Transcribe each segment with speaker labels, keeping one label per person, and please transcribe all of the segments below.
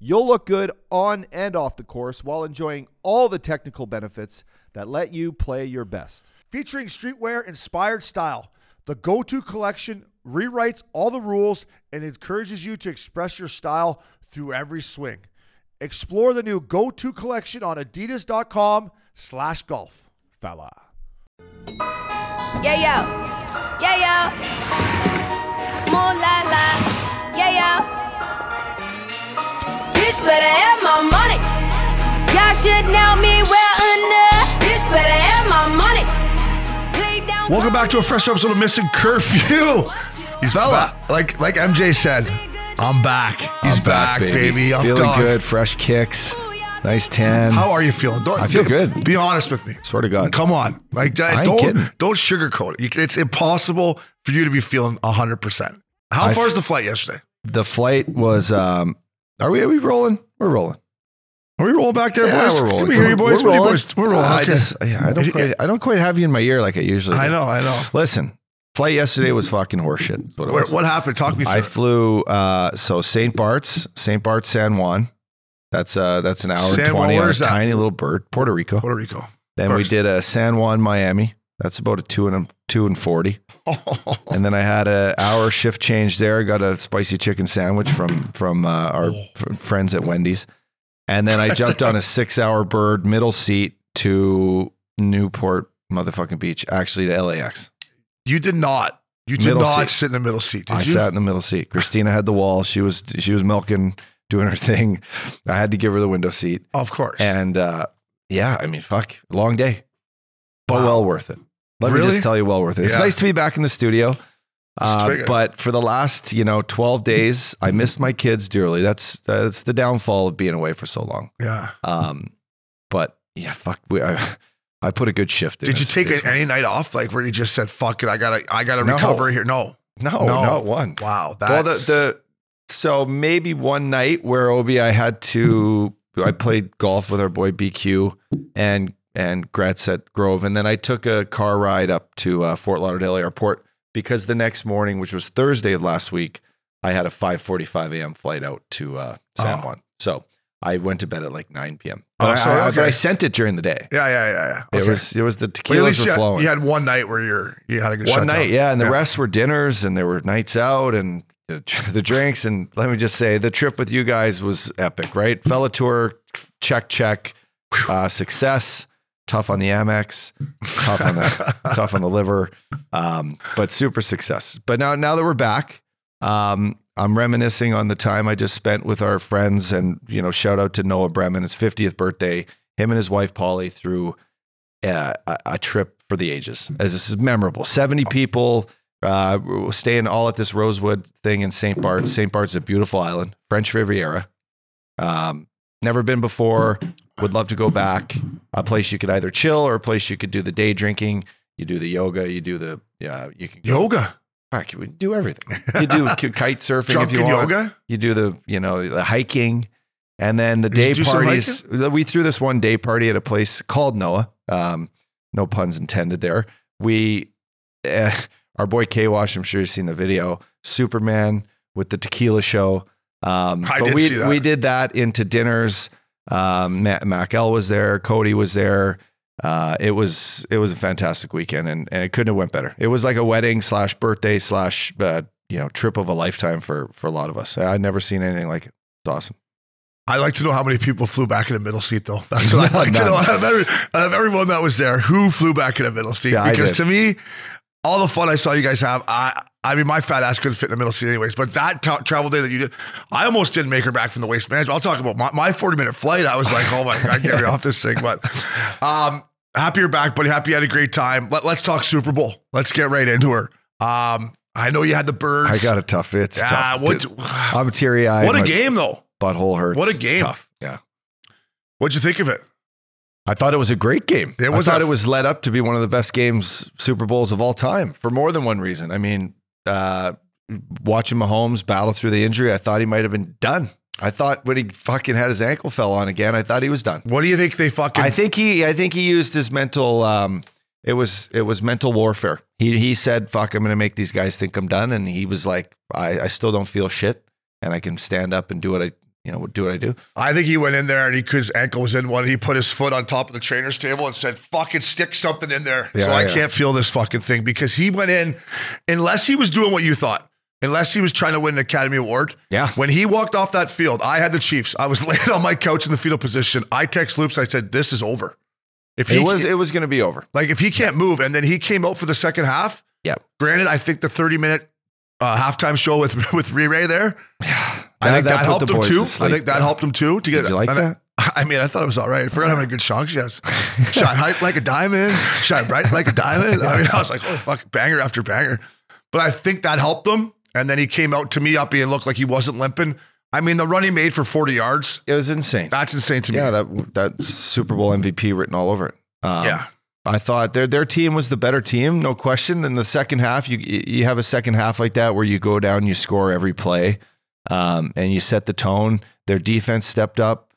Speaker 1: You'll look good on and off the course while enjoying all the technical benefits that let you play your best.
Speaker 2: Featuring streetwear inspired style, the go to collection rewrites all the rules and encourages you to express your style through every swing. Explore the new go to collection on adidas.com slash golf.
Speaker 1: Fella.
Speaker 3: Yeah, yo. Yeah, yo. More la la. Yeah, yo. Bitch better have my money. Y'all should know me well enough. Bitch better have my money. Play down
Speaker 4: Welcome back to a fresh episode of Missing Curfew. He's fella. Like like MJ said, I'm back. He's
Speaker 1: I'm
Speaker 4: back, baby. I'm
Speaker 1: Feeling
Speaker 4: done.
Speaker 1: good. Fresh kicks. Nice tan.
Speaker 4: How are you feeling? Don't,
Speaker 1: I feel good.
Speaker 4: Be honest with me.
Speaker 1: Swear to God.
Speaker 4: Come on. Like d-
Speaker 1: ain't
Speaker 4: don't
Speaker 1: kidding.
Speaker 4: don't sugarcoat it. You, c- it's impossible for you to be feeling 100%. How
Speaker 1: I
Speaker 4: far
Speaker 1: f-
Speaker 4: is the flight yesterday?
Speaker 1: the flight was. um Are we? Are we rolling? We're rolling.
Speaker 4: Are we rolling back there, boys?
Speaker 1: we're rolling.
Speaker 4: Can we hear you, boys? What do
Speaker 1: We're
Speaker 4: you
Speaker 1: rolling.
Speaker 4: boys- We're rolling.
Speaker 1: I
Speaker 4: okay.
Speaker 1: just. Yeah, I don't. Quite, I don't quite have you in my ear like I usually.
Speaker 4: I
Speaker 1: do.
Speaker 4: know, I know.
Speaker 1: Listen, flight yesterday was fucking horseshit. is What, it
Speaker 4: Where-
Speaker 1: was.
Speaker 4: what happened? Talk me through.
Speaker 1: I
Speaker 4: it.
Speaker 1: flew. Uh, so St. Bart's, St. Bart's, San Juan. That's uh, that's an hour
Speaker 4: San
Speaker 1: and
Speaker 4: Juan,
Speaker 1: twenty on a
Speaker 4: where's that?
Speaker 1: tiny little bird, Puerto Rico.
Speaker 4: Puerto Rico.
Speaker 1: Then
Speaker 4: First.
Speaker 1: we did a San Juan, Miami. That's about a two and two and forty. And then I had a hour shift change there. Got a spicy chicken sandwich from from uh, our
Speaker 4: Oh.
Speaker 1: fr- friends at Wendy's. And then I jumped on a six hour bird middle seat to Newport motherfucking Beach, actually to LAX.
Speaker 4: you did not. You did
Speaker 1: Middle
Speaker 4: not
Speaker 1: seat.
Speaker 4: sit in the middle seat. Did
Speaker 1: I
Speaker 4: you?
Speaker 1: sat in the middle seat. Christina had the wall. She was she was milking, doing her thing. I had to give her the window seat.
Speaker 4: of course.
Speaker 1: And uh, yeah, I mean, fuck, long day, but
Speaker 4: Wow.
Speaker 1: well worth it. Let me
Speaker 4: Really?
Speaker 1: just tell you, well worth it. It's
Speaker 4: Yeah.
Speaker 1: nice to be back in the studio.
Speaker 4: Just
Speaker 1: Uh,
Speaker 4: trigger.
Speaker 1: but for the last, you know, 12 days, I
Speaker 4: Mm-hmm.
Speaker 1: missed my kids dearly. That's that's the downfall of being away for so long.
Speaker 4: yeah.
Speaker 1: Um, but yeah, fuck, we, I, I put a good shift. in
Speaker 4: Did you
Speaker 1: this-
Speaker 4: take
Speaker 1: this
Speaker 4: any night off? Like where you just said, "Fuck it, I gotta, I gotta
Speaker 1: No.
Speaker 4: recover here." No.
Speaker 1: week. No,
Speaker 4: No.
Speaker 1: not one.
Speaker 4: Wow. That's,
Speaker 1: Well, the, the so maybe one night where Obi, I had to. I played golf with our boy BQ and and Gratz at Grove, and then I took a car ride up to uh, Fort Lauderdale Airport because the next morning, which was Thursday of last week, I had a 5:45 a.m. flight out to uh, San
Speaker 4: Oh.
Speaker 1: Juan. So I went to bed at like 9 p.m.
Speaker 4: Oh,
Speaker 1: But I-
Speaker 4: so,
Speaker 1: I, but
Speaker 4: okay.
Speaker 1: I sent it during the day.
Speaker 4: yeah, yeah, yeah, yeah.
Speaker 1: It
Speaker 4: Okay.
Speaker 1: was it was the
Speaker 4: But at least
Speaker 1: tequilas
Speaker 4: you
Speaker 1: were
Speaker 4: had,
Speaker 1: flowing
Speaker 4: you had one night where you're you had a good
Speaker 1: one
Speaker 4: shutdown.
Speaker 1: night, yeah, and the rest were dinners and there were nights out and the, the drinks. And let me just say, the trip with you guys was epic, right? Fella tour, check, check, uh, success. Tough on the Amex, tough on the tough on the liver, um, but super success. But now, now that we're back, um, I'm reminiscing on the time I just spent with our friends, and you know, shout out to Noah Bremen, his 50th birthday. Him and his wife Polly through uh, a, a trip for the ages. As This is memorable. 70 people uh, were staying all at this Rosewood thing in St. Bart's. St. Bart's is a beautiful island, French Riviera. Um, never been before. Would love to go back. A place you could either chill or a place you could do the day drinking. You do the yoga. You do the yeah. You can go,
Speaker 4: yoga,
Speaker 1: fuck. You do everything. You do k- kite surfing if you
Speaker 4: drunken
Speaker 1: want.
Speaker 4: yoga.
Speaker 1: You do the you know the hiking, and then the
Speaker 4: Did you
Speaker 1: day
Speaker 4: do some
Speaker 1: parties. We threw this one day party at a place called Noah. Um, no puns intended there. We, eh, our boy K Wash. I'm sure you've seen the video. Superman with the tequila show. Um,
Speaker 4: I
Speaker 1: but
Speaker 4: did
Speaker 1: we
Speaker 4: see that.
Speaker 1: we did that into dinners. Um, Matt, Mac L was there. Cody was there. Uh, it was it was a fantastic weekend, and, and it couldn't have went better. It was like a wedding slash birthday slash uh, you know trip of a lifetime for for a lot of us. I'd never seen anything like it. It's awesome.
Speaker 4: I like to know how many people flew back in the middle seat, though. That's what I like to
Speaker 1: None.
Speaker 4: know. Out of, every, out of everyone that was there, who flew back in the middle seat?
Speaker 1: Yeah, I
Speaker 4: because
Speaker 1: did.
Speaker 4: to me, all the fun I saw you guys have, I, I mean, my fat ass couldn't fit in the middle seat, anyways. But that ta- travel day that you did, I almost didn't make her back from the waste management. I'll talk about my, my forty minute flight. I was like, oh my god, get me off this thing. But um, happy you're back, buddy. Happy you had a great time. Let, let's talk Super Bowl. Let's get right into her. Um, I know you had the birds.
Speaker 1: I got it tough. It's
Speaker 4: Yeah,
Speaker 1: tough.
Speaker 4: what?
Speaker 1: Dude, I'm teary eyed.
Speaker 4: What a game, though.
Speaker 1: Butthole hurts.
Speaker 4: What a
Speaker 1: It's
Speaker 4: game.
Speaker 1: tough. Yeah.
Speaker 4: What'd you think of it?
Speaker 1: I thought it was a great game.
Speaker 4: It was
Speaker 1: I thought
Speaker 4: a-
Speaker 1: it was led up to be one of the best games, Super Bowls of all time, for more than one reason. I mean, uh, watching Mahomes battle through the injury, I thought he might have been done. I thought when he fucking had his ankle fell on again, I thought he was done.
Speaker 4: What do you think they fucking?
Speaker 1: I think he, I think he used his mental. Um, it was, it was mental warfare. He, he said, "Fuck, I'm going to make these guys think I'm done," and he was like, I, "I still don't feel shit, and I can stand up and do what I, you know, do what I do."
Speaker 4: I think he went in there and he his ankle was in one. And he put his foot on top of the trainer's table and said, "Fucking stick something in there." so
Speaker 1: Yeah,
Speaker 4: I
Speaker 1: yeah.
Speaker 4: can't feel this fucking thing because he went in, unless he was doing what you thought, unless he was trying to win an Academy Award.
Speaker 1: Yeah.
Speaker 4: When he walked off that field, I had the Chiefs. I was laying on my couch in the fetal position. I text Loops. I said, "This is over." If he
Speaker 1: It was, it was going to be over.
Speaker 4: like if he can't move, and then he came out for the second half.
Speaker 1: Yeah.
Speaker 4: Granted, I think the thirty minute uh, halftime show with with Ray there. I
Speaker 1: That-
Speaker 4: think
Speaker 1: that
Speaker 4: that,
Speaker 1: put
Speaker 4: helped
Speaker 1: the
Speaker 4: him
Speaker 1: boys
Speaker 4: too.
Speaker 1: to sleep.
Speaker 4: I think that helped him too. To get
Speaker 1: Did you like
Speaker 4: and I-
Speaker 1: that?
Speaker 4: I mean, I thought it was all right. I forgot how many good songs she has. Shine height like a diamond, shine bright like a diamond. I mean, I was like, oh fuck, banger after banger. But I think that helped him. And then he came out to me up and looked like he wasn't limping. I mean, the run he made for forty yards.
Speaker 1: It was insane.
Speaker 4: That's insane to me.
Speaker 1: yeah, that that Super Bowl MVP written all over it. Um,
Speaker 4: yeah.
Speaker 1: I thought their their team was the better team, no question. Then the second half, you you have a second half like that where you go down, you score every play, um, and you set the tone. Their defense stepped up.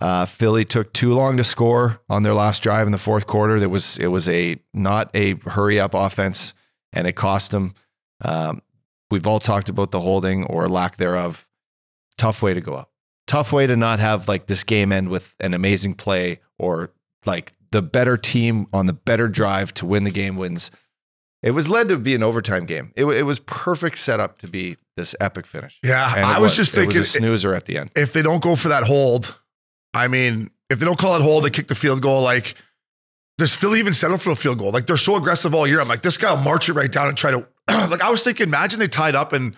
Speaker 1: Uh, Philly took too long to score on their last drive in the fourth quarter. There was it was a not a hurry up offense, and it cost them. Um, we've all talked about the holding or lack thereof. Tough way to go up. Tough way to not have like this game end with an amazing play or like the better team on the better drive to win the game wins. It was led to be an overtime game. It, wa- it was perfect setup to be this epic finish.
Speaker 4: Yeah.
Speaker 1: And it
Speaker 4: I was, just
Speaker 1: It
Speaker 4: thinking
Speaker 1: a snoozer at the end.
Speaker 4: if they don't go for that hold, I mean, if they don't call it hold, they kick the field goal. Like, does Philly even settle for a field goal? Like, they're so aggressive all year. I'm like, this guy will march it right down and try to. like, I was thinking, imagine they tied up and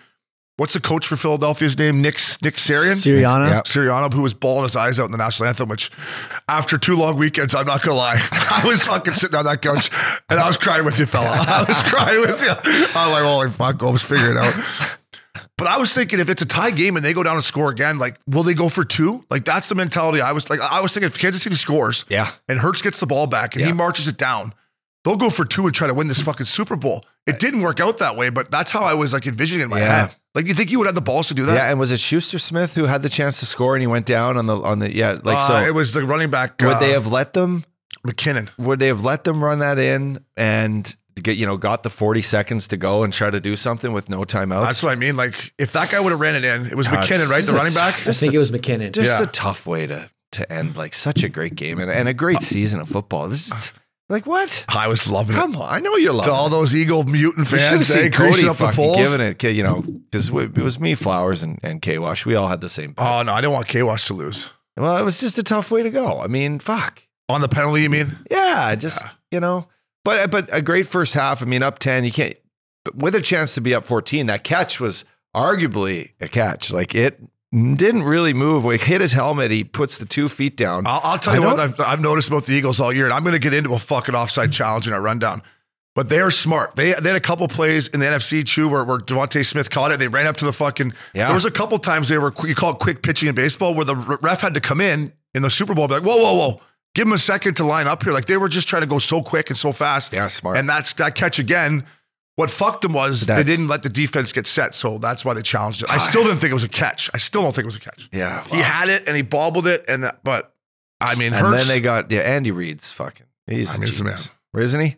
Speaker 4: what's the coach for Philadelphia's name? Nick Nick Sarian.
Speaker 5: Siriana.
Speaker 1: Yeah.
Speaker 4: Siriano, who was bawling his eyes out in the national anthem, which after two long weekends, I'm not gonna lie, I was fucking sitting on that couch and I was crying with you, fella. I was crying with you. I'm like, holy fuck, I was figuring it out. But I was thinking, if it's a tie game and they go down and score again, like, will they go for two? Like, that's the mentality. I was like, I was thinking, if Kansas City scores,
Speaker 1: Yeah.
Speaker 4: and Hertz gets the ball back and he
Speaker 1: Yeah.
Speaker 4: marches it down. They'll go for two and try to win this fucking Super Bowl. It didn't work out that way, but that's how I was like envisioning it in my
Speaker 1: Yeah.
Speaker 4: head. Like you think you would have the balls to do that?
Speaker 1: Yeah. And was it Schuster Smith who had the chance to score and he went down on the, on the, yeah. Like, so
Speaker 4: Uh, it was the running back.
Speaker 1: would
Speaker 4: uh,
Speaker 1: they have let them?
Speaker 4: McKinnon?
Speaker 1: would they have let them run that in and get you know got the 40 seconds to go and try to do something with no timeouts
Speaker 4: That's what I mean. Like if that guy would have ran it in, it was
Speaker 1: Yeah,
Speaker 4: McKinnon,
Speaker 1: it's-
Speaker 4: right? The running back.
Speaker 5: I think it was McKinnon.
Speaker 1: just
Speaker 4: Yeah.
Speaker 1: a tough way to to end like such a great game and, and a great season of football this is like what
Speaker 4: I was loving it.
Speaker 1: come on i know you're
Speaker 4: To all
Speaker 1: loving
Speaker 4: those Eagle mutant
Speaker 1: it. You should've
Speaker 4: fans, they
Speaker 1: seen
Speaker 4: greasing up the
Speaker 1: fucking
Speaker 4: polls.
Speaker 1: giving it you know because it was me flowers and, and k-wash we all had the same
Speaker 4: Oh no, I didn't want K Wash to lose
Speaker 1: well it was just a tough way to go i mean fuck
Speaker 4: on the penalty. You mean?
Speaker 1: Yeah, just you know, but but a great first half. I mean, up ten, you can't but with a chance to be up fourteen. That catch was arguably a catch. Like it didn't really move. Like hit his helmet. He puts the two feet down.
Speaker 4: I'll, I'll tell
Speaker 1: I
Speaker 4: you what I've,
Speaker 1: don't-
Speaker 4: I've noticed about the Eagles all year, and I'm going to get into a fucking offside challenge in our rundown. But they are smart. They they had a couple plays in the NFC too where, where Devontae Smith caught it. They ran up to the fucking.
Speaker 1: Yeah.
Speaker 4: There was a couple times they were you call it quick pitching in baseball where the ref had to come in in the Super Bowl and be like whoa whoa whoa give him a second to line up here like they were just trying to go so quick and so fast.
Speaker 1: yeah, smart.
Speaker 4: And that's that catch again. What fucked them was
Speaker 1: That-
Speaker 4: they didn't let the defense get set, so that's why they challenged it. I still didn't think it was a catch. I still don't think it was a catch.
Speaker 1: yeah,
Speaker 4: He
Speaker 1: wow.
Speaker 4: had it and he bobbled it, and that, but I mean,
Speaker 1: and
Speaker 4: Hurts,
Speaker 1: then they got yeah. Andy Reid's fucking. He's
Speaker 4: I
Speaker 1: I
Speaker 4: mean, he's the
Speaker 1: isn't he?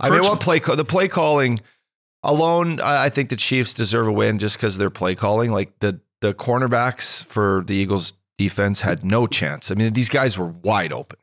Speaker 1: I mean,
Speaker 4: Hurts-
Speaker 1: what play ca- the play calling alone? I I think the Chiefs deserve a win just because their play calling. Like the the cornerbacks for the Eagles defense had no chance. I mean, these guys were wide open.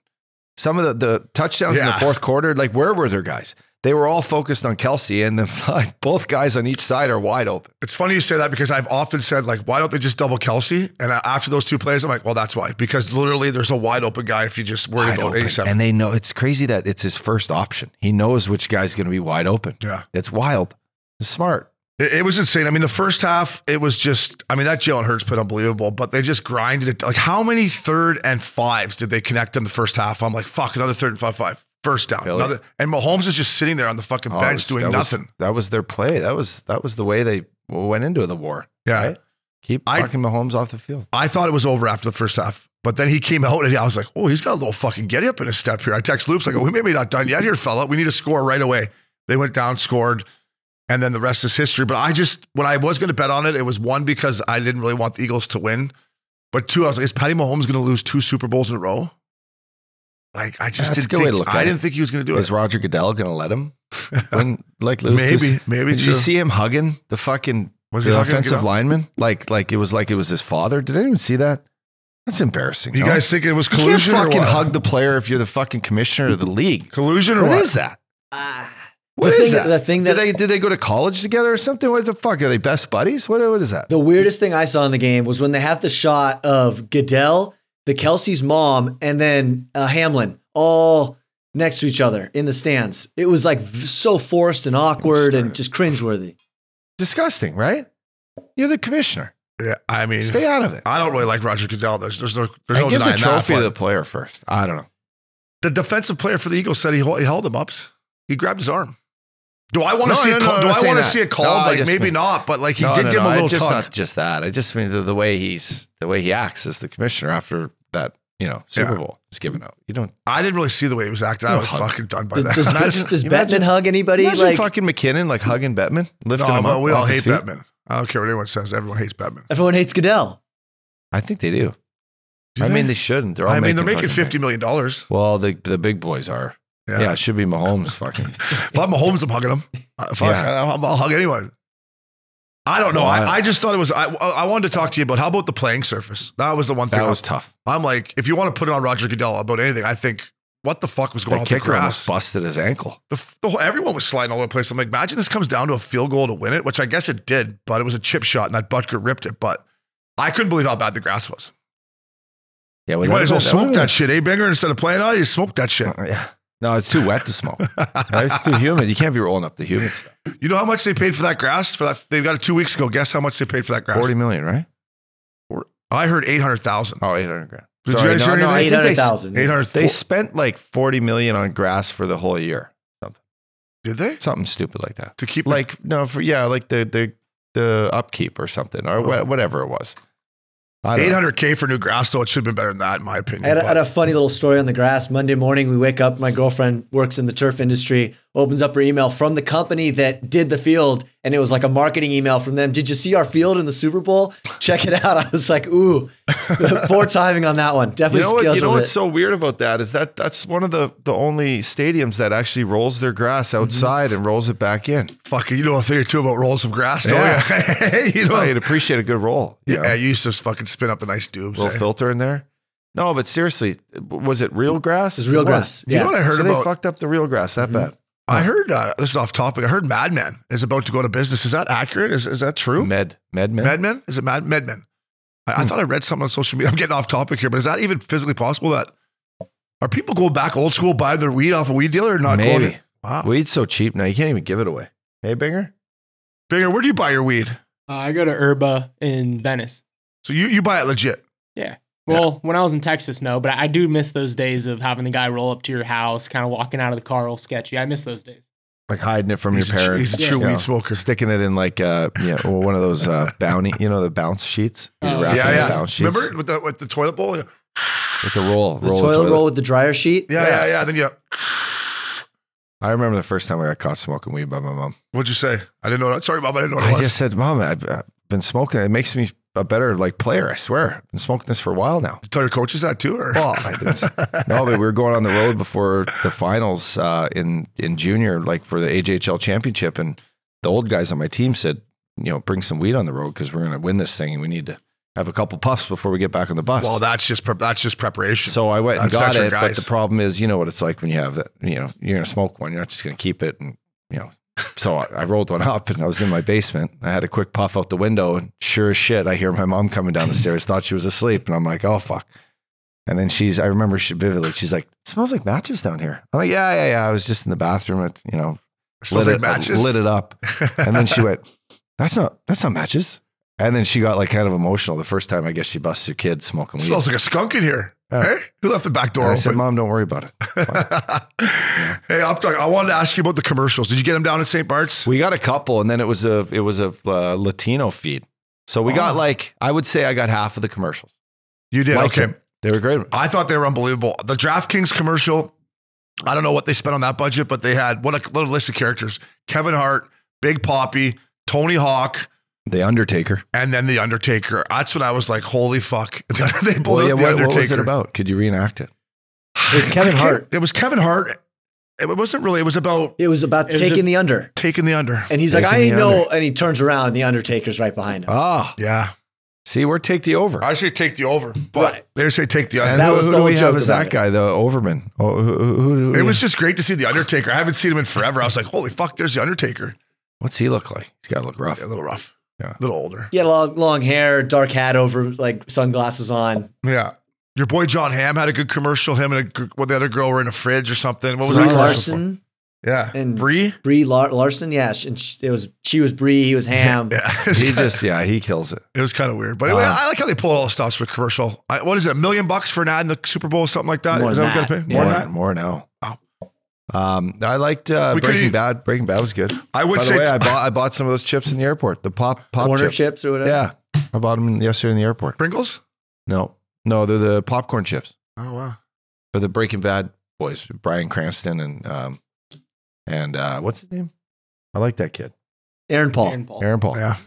Speaker 1: Some of the, the touchdowns in
Speaker 4: Yeah.
Speaker 1: the fourth quarter, like where were their guys? They were all focused on Kelsey, and the both guys on each side are wide open.
Speaker 4: it's funny you say that because I've often said like, why don't they just double Kelsey? And I- after those two plays, I'm like, well, that's why because literally there's a wide open guy if you just worry
Speaker 1: Wide
Speaker 4: about
Speaker 1: open.
Speaker 4: 87.
Speaker 1: And they know it's crazy that it's his first option. He knows which guy's going to be wide open.
Speaker 4: yeah,
Speaker 1: It's wild. It's smart.
Speaker 4: it, it was insane. I mean, the first half it was just, I mean, that Jalen Hurts put unbelievable, but they just grinded it. Like, how many third and fives did they connect in the first half? I'm like, fuck, another third and five, five. First down,
Speaker 1: Philly.
Speaker 4: another, and Mahomes is just sitting there on the fucking
Speaker 1: Oh, it
Speaker 4: bench
Speaker 1: was-
Speaker 4: doing
Speaker 1: that was-
Speaker 4: nothing.
Speaker 1: that was their play. That was that was the way they went into the war.
Speaker 4: yeah,
Speaker 1: Right? Keep
Speaker 4: I-
Speaker 1: fucking Mahomes off the field.
Speaker 4: I thought it was over after the first half. But then he came out and I was like, oh, he's got a little fucking get up in his step here. I text Loops, I go, we maybe not done yet here, fella. We need to score right away. They went down, scored, and then the rest is history. But I just, when I was going to bet on it, it was one because I didn't really want the Eagles to win. But two, I was like, is Patty Mahomes going to lose two Super Bowls in a row? Like, I just
Speaker 1: That's a
Speaker 4: didn't
Speaker 1: good way
Speaker 4: think,
Speaker 1: to look
Speaker 4: I
Speaker 1: at
Speaker 4: didn't
Speaker 1: it.
Speaker 4: think he was going to do
Speaker 1: Is
Speaker 4: it.
Speaker 1: Roger Goodell going to let him? When like those
Speaker 4: Maybe,
Speaker 1: just-
Speaker 4: maybe
Speaker 1: Did
Speaker 4: true.
Speaker 1: you see him hugging the fucking
Speaker 4: Was he
Speaker 1: the
Speaker 4: hugging
Speaker 1: offensive
Speaker 4: Goodell?
Speaker 1: lineman? Like like it was like it was his father. Did anyone see that? That's embarrassing.
Speaker 4: You
Speaker 1: no?
Speaker 4: guys think it was
Speaker 1: you can't
Speaker 4: collusion or
Speaker 1: fucking
Speaker 4: what?
Speaker 1: hug the player if you're the fucking commissioner of the league.
Speaker 4: collusion or
Speaker 1: What
Speaker 4: what?
Speaker 1: is that?
Speaker 5: The
Speaker 1: Ah. What is
Speaker 5: thing-
Speaker 1: that?
Speaker 5: the thing that-
Speaker 1: did they did they go to college together or something? What the fuck are they best buddies? What what is that?
Speaker 5: The weirdest thing I saw in the game was when they have the shot of Goodell, the Kelsey's mom, and then uh, Hamlin all next to each other in the stands. It was like v- so forced and awkward and just cringeworthy.
Speaker 1: Disgusting, right? You're the commissioner.
Speaker 4: Yeah, I mean,
Speaker 1: Stay out of it.
Speaker 4: I don't really like Roger Goodell. There's, there's no, there's
Speaker 1: And
Speaker 4: no
Speaker 1: give
Speaker 4: denying
Speaker 1: the trophy
Speaker 4: that.
Speaker 1: to
Speaker 4: but-
Speaker 1: the player first. I don't know.
Speaker 4: The defensive player for the Eagles said he, hol- he held him up. He grabbed his arm. Do I want to
Speaker 1: No,
Speaker 4: see
Speaker 1: no,
Speaker 4: a
Speaker 1: no,
Speaker 4: call?
Speaker 1: I'm
Speaker 4: do
Speaker 1: not
Speaker 4: I
Speaker 1: saying
Speaker 4: want to
Speaker 1: that.
Speaker 4: see a call?
Speaker 1: No, I
Speaker 4: like
Speaker 1: just
Speaker 4: maybe
Speaker 1: mean-
Speaker 4: not, but like he
Speaker 1: No,
Speaker 4: did
Speaker 1: no,
Speaker 4: give him
Speaker 1: no,
Speaker 4: a
Speaker 1: I-
Speaker 4: little
Speaker 1: just
Speaker 4: tug.
Speaker 1: Not just that. I just mean the, the way he's the way he acts as the commissioner after that. You know, Super
Speaker 4: Yeah.
Speaker 1: Bowl is given out. You don't
Speaker 4: I didn't really see the way he was acting. I
Speaker 1: No,
Speaker 4: was
Speaker 1: hug.
Speaker 4: fucking done by
Speaker 5: Does,
Speaker 4: that.
Speaker 5: does, does, does Bettman
Speaker 1: imagine-
Speaker 5: hug anybody?
Speaker 1: imagine
Speaker 5: Like
Speaker 1: fucking McKinnon like hugging Bettman, lifting
Speaker 4: no,
Speaker 1: him
Speaker 4: but
Speaker 1: up.
Speaker 4: we all
Speaker 1: off his
Speaker 4: hate
Speaker 1: feet.
Speaker 4: Batman. I don't care what anyone says. Everyone hates Batman.
Speaker 5: everyone hates Goodell.
Speaker 1: I think they do.
Speaker 4: Do
Speaker 1: I
Speaker 4: they-
Speaker 1: mean, they shouldn't. They're all.
Speaker 4: I mean, they're making
Speaker 1: fucking
Speaker 4: fifty million dollars.
Speaker 1: money. Well, the the big boys are. Yeah,
Speaker 4: Yeah.
Speaker 1: it should be Mahomes. Fucking.
Speaker 4: If I'm Mahomes, I'm hugging him. Uh, Fuck,
Speaker 1: Yeah.
Speaker 4: I'll, I'll hug anyone. I don't know.
Speaker 1: Well,
Speaker 4: I,
Speaker 1: I-
Speaker 4: I just thought it was. I, I wanted to talk to you about how about the playing surface. That was the one thing.
Speaker 1: That
Speaker 4: I-
Speaker 1: was tough.
Speaker 4: I'm like, if you want to put it on Roger Goodell about anything, I think what the fuck was going
Speaker 1: The
Speaker 4: on with the
Speaker 1: kicker almost
Speaker 4: grass?
Speaker 1: busted his ankle.
Speaker 4: The, f- the whole, everyone was sliding all over the place. I'm like, imagine this comes down to a field goal to win it, which I guess it did, but it was a chip shot and that Butker ripped it. But I couldn't believe how bad the grass was.
Speaker 1: Yeah,
Speaker 4: You might as well smoke that shit, eh, Binger? Instead of playing out, you smoke that shit.
Speaker 1: Yeah. No, it's too wet to smoke. it's too humid. You can't be rolling up the humid stuff.
Speaker 4: You know how much they paid for that grass? For that, they got it two weeks ago. Guess how much they paid for that grass?
Speaker 1: Forty million, right?
Speaker 4: I heard eight hundred thousand.
Speaker 1: Oh, eight hundred grand.
Speaker 4: Did you
Speaker 1: Sorry,
Speaker 4: guys hear
Speaker 1: no, no, I
Speaker 5: Eight
Speaker 1: think they-
Speaker 5: hundred thousand.
Speaker 4: Eight hundred.
Speaker 1: They spent like 40 million on grass for the whole year.
Speaker 4: did they
Speaker 1: Something stupid like that.
Speaker 4: to keep like
Speaker 1: Like no, for yeah, like the the the upkeep or something or
Speaker 5: Oh.
Speaker 1: wha- whatever it was. I don't
Speaker 4: eight
Speaker 1: know.
Speaker 4: hundred k for new grass? So it should have been better than that, in my opinion.
Speaker 5: I had, a, I had
Speaker 4: but-
Speaker 5: a funny little story on the grass. Monday morning, we wake up. My girlfriend works in the turf industry, opens up her email from the company that did the field. And it was like a marketing email from them. Did you see our field in the Super Bowl? Check it out. I was like, ooh, poor timing on that one.
Speaker 1: You
Speaker 5: Definitely
Speaker 1: know, what,
Speaker 5: scaled
Speaker 1: you know
Speaker 5: with
Speaker 1: what's
Speaker 5: it.
Speaker 1: so weird about that is that that's one of the, the only stadiums that actually rolls their grass
Speaker 5: Mm-hmm.
Speaker 1: outside and rolls it back in.
Speaker 4: fucking. You know a thing or two about rolls of grass, don't you? you know,
Speaker 1: Well, you'd appreciate a good roll. you know?
Speaker 4: Oh. Yeah, you used to fucking spin up the nice dubs.
Speaker 1: little
Speaker 4: eh?
Speaker 1: filter in there. No, but seriously, was it real grass?
Speaker 5: It's real
Speaker 1: It was.
Speaker 5: grass.
Speaker 4: You know
Speaker 5: Yeah.
Speaker 4: what I heard
Speaker 1: so they
Speaker 4: about? Mm-hmm.
Speaker 1: fucked up the real grass that bad.
Speaker 4: I heard uh, this is off topic. I heard Madman is about to go to business. Is that accurate? Is, is that true?
Speaker 1: Med, med, med.
Speaker 4: Madman is it Mad Medman? I,
Speaker 1: Hmm.
Speaker 4: I thought I read something on social media. I'm getting off topic here, but is that even physically possible? That are people going back old school, buying their weed off a weed dealer, or not
Speaker 1: Maybe.
Speaker 4: going? Wow,
Speaker 1: Weed's so cheap now, you can't even give it away. Hey, Binger?
Speaker 4: Bigger, where do you buy your weed?
Speaker 6: Uh, I go to Herba in Venice.
Speaker 4: So you you buy it legit.
Speaker 6: Well, when I was in Texas, no, but I, I do miss those days of having the guy roll up to your house, kind of walking out of the car all sketchy. I miss those days.
Speaker 1: Like hiding it from
Speaker 4: he's
Speaker 1: your
Speaker 4: a, tr-
Speaker 1: parents.
Speaker 4: he's a true
Speaker 1: you know,
Speaker 4: weed smoker.
Speaker 1: Sticking it in like uh, yeah, well, one of those uh, bounty, you know, the bounce sheets. You
Speaker 6: Oh,
Speaker 1: wrap
Speaker 6: yeah.
Speaker 1: it
Speaker 4: Yeah,
Speaker 1: in
Speaker 4: yeah.
Speaker 1: Bounce sheets
Speaker 4: Remember with the with the toilet bowl? Yeah,
Speaker 1: with the roll,
Speaker 5: The
Speaker 1: roll,
Speaker 5: toilet, roll with the dryer sheet.
Speaker 4: yeah, yeah. Then you,
Speaker 1: I remember the first time I got caught smoking weed by my mom.
Speaker 4: what'd you say? I didn't know. That. Sorry, mom, I didn't know what it
Speaker 1: I
Speaker 4: was.
Speaker 1: just said, "Mom, I've uh, been smoking. It makes me a better like player. I swear, I've been smoking this for a while now."
Speaker 4: Tell your coaches that too, or
Speaker 1: Well, I didn't. No, but we were going on the road before the finals uh, in in junior, like for the AJHL championship, and the old guys on my team said, you know, bring some weed on the road because we're going to win this thing, and we need to have a couple puffs before we get back on the bus.
Speaker 4: Well, that's just prep, that's just preparation.
Speaker 1: so I went and
Speaker 4: that's
Speaker 1: got
Speaker 4: veteran
Speaker 1: it, but
Speaker 4: guys.
Speaker 1: the problem is, you know what it's like when you have that. You know, you're going to smoke one. You're not just going to keep it, and you know. So I, I rolled one up, and I was in my basement. I had a quick puff out the window, and sure as shit, I hear my mom coming down the stairs. Thought she was asleep, and I'm like, "Oh fuck!" And then she's, I remember she vividly. She's like, it "Smells like matches down here." I'm like, "Yeah, yeah, yeah." I was just in the bathroom, at, you know,
Speaker 4: It smells
Speaker 1: lit
Speaker 4: like
Speaker 1: it,
Speaker 4: matches.
Speaker 1: lit it up, uh, and then she went, "That's not, that's not matches." And then she got like kind of emotional the first time. I guess she busts her kid smoking
Speaker 4: It
Speaker 1: weed.
Speaker 4: smells like a skunk in here.
Speaker 1: Yeah.
Speaker 4: Hey, who left the back
Speaker 1: and
Speaker 4: door
Speaker 1: I said,
Speaker 4: open?
Speaker 1: "Mom, don't worry about it."
Speaker 4: hey, I'm talking. I wanted to ask you about the commercials. Did you get them down at St. Bart's?
Speaker 1: We got a couple, and then it was a it was a uh, Latino feed. So we got
Speaker 4: Oh.
Speaker 1: like I would say I got half of the commercials.
Speaker 4: You did.
Speaker 1: Liked
Speaker 4: okay.
Speaker 1: it. They were great.
Speaker 4: I thought they were unbelievable. The DraftKings commercial, I don't know what they spent on that budget, but they had what a little list of characters Kevin Hart, Big Poppy, Tony Hawk,
Speaker 1: The Undertaker.
Speaker 4: and then The Undertaker. That's when I was like, holy fuck. they pulled out
Speaker 1: Well, yeah,
Speaker 4: The
Speaker 1: what,
Speaker 4: Undertaker.
Speaker 1: what was it about? Could you reenact it?
Speaker 5: It was Kevin
Speaker 4: I can't-
Speaker 5: Hart.
Speaker 4: It was Kevin Hart. It wasn't really, it was about
Speaker 5: It was about
Speaker 6: It was
Speaker 5: taking
Speaker 6: a-
Speaker 5: the under.
Speaker 4: taking the under.
Speaker 5: And he's like,
Speaker 1: Taking
Speaker 5: I ain't
Speaker 1: the
Speaker 5: know. And he turns around and the Undertaker's right behind him.
Speaker 1: Ah,
Speaker 4: Yeah.
Speaker 1: see, we're take the over.
Speaker 4: I say take the over, but
Speaker 5: Right.
Speaker 4: they say take the under.
Speaker 1: And
Speaker 5: That
Speaker 1: who,
Speaker 5: was
Speaker 1: who
Speaker 5: the
Speaker 1: do
Speaker 5: whole
Speaker 1: we
Speaker 5: joke
Speaker 1: have as
Speaker 5: about
Speaker 1: that
Speaker 5: it.
Speaker 1: guy, the Overman? Oh, who, who, who,
Speaker 4: It was just great to see the Undertaker. I haven't seen him in forever. I was like, "Holy fuck!" There's the Undertaker.
Speaker 1: What's he look like? He's got to look rough.
Speaker 4: Yeah, a little rough,
Speaker 1: Yeah.
Speaker 4: a little older.
Speaker 5: He had long, long hair, dark hat over, like sunglasses on.
Speaker 4: Yeah, your boy John Hamm had a good commercial. Him and a, gr- well, the other girl were in a fridge or something. What was
Speaker 5: Brie
Speaker 4: that commercial?
Speaker 5: Larson.
Speaker 4: for? Yeah,
Speaker 5: and-
Speaker 4: Brie.
Speaker 5: Brie Lar- Larson, yeah, she, and she, it was she was Brie, he was Ham.
Speaker 4: Yeah,
Speaker 1: He just, yeah, he kills it.
Speaker 4: it was kind of weird, but anyway,
Speaker 1: Uh,
Speaker 4: I like how they pull all the stops for commercial. I, what is it? A million bucks for an ad in the Super Bowl, something like that.
Speaker 5: More
Speaker 4: Is
Speaker 5: than
Speaker 4: that what we
Speaker 5: that.
Speaker 4: gotta pay? More
Speaker 1: more,
Speaker 4: than that.
Speaker 1: more now.
Speaker 4: Wow.
Speaker 1: Um, I liked uh,
Speaker 4: We could've-
Speaker 1: Breaking Bad. Breaking Bad was good.
Speaker 4: I would
Speaker 1: By
Speaker 4: say
Speaker 1: the way, I bought I bought some of those chips in the airport. The pop pop
Speaker 5: Corner
Speaker 1: chip.
Speaker 5: chips or whatever.
Speaker 1: Yeah, I bought them yesterday in the airport.
Speaker 4: Pringles.
Speaker 1: No, no, they're the popcorn chips
Speaker 4: Oh wow.
Speaker 1: for the Breaking Bad boys, Brian Cranston and um, and uh, what's his name? I like that kid,
Speaker 5: Aaron Paul.
Speaker 6: Aaron Paul.
Speaker 1: Aaron Paul.
Speaker 4: Yeah.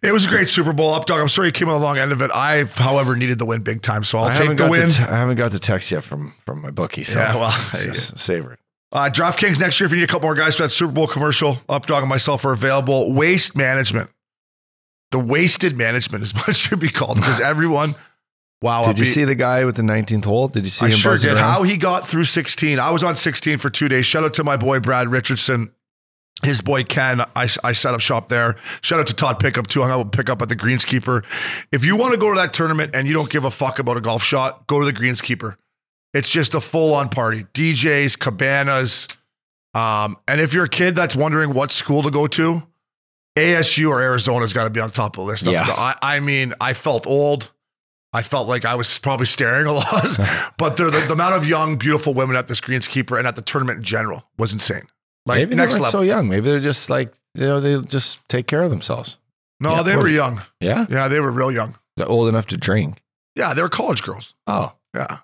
Speaker 4: It was a great Super Bowl updog. I'm sorry it came on the long end of it. I, however, needed the win big time, so I'll
Speaker 1: I haven't
Speaker 4: take the
Speaker 1: got
Speaker 4: win.
Speaker 1: The te- I haven't got the text yet from from my bookie. So
Speaker 4: Yeah, well,
Speaker 1: it's just savor it.
Speaker 4: Uh, DraftKings next year, if you need a couple more guys for that Super Bowl commercial, Updog and myself are available. Waste management. The wasted management is what it should be called because everyone, wow.
Speaker 1: Did you
Speaker 4: Upbeat.
Speaker 1: see the guy with the 19th hole? Did you see
Speaker 4: Oh, I
Speaker 1: him
Speaker 4: sure
Speaker 1: buzzing
Speaker 4: did.
Speaker 1: around?
Speaker 4: How he got through 16. I was on 16 for two days. Shout out to my boy, Brad Richardson. His boy Ken, I, I set up shop there. Shout out to Todd Pickup too. I hung out with Pickup at the Greenskeeper. If you want to go to that tournament and you don't give a fuck about a golf shot, go to the Greenskeeper. It's just a full on party. DJs, cabanas. Um, and if you're a kid that's wondering what school to go to, ASU or Arizona's got to be on top of the list.
Speaker 1: Yeah.
Speaker 4: I, I mean, I felt old. I felt like I was probably staring a lot, but the, the, the amount of young, beautiful women at this greenskeeper and at the tournament in general was insane. Like
Speaker 1: Maybe
Speaker 4: next
Speaker 1: they weren't
Speaker 4: level.
Speaker 1: so young. Maybe they're just like you know they just take care of themselves.
Speaker 4: no,
Speaker 1: Yeah,
Speaker 4: they were
Speaker 1: poor-
Speaker 4: young.
Speaker 1: Yeah,
Speaker 4: Yeah, they were real young.
Speaker 1: they're old enough to drink.
Speaker 4: Yeah, they were college girls.
Speaker 1: Oh,
Speaker 4: Yeah,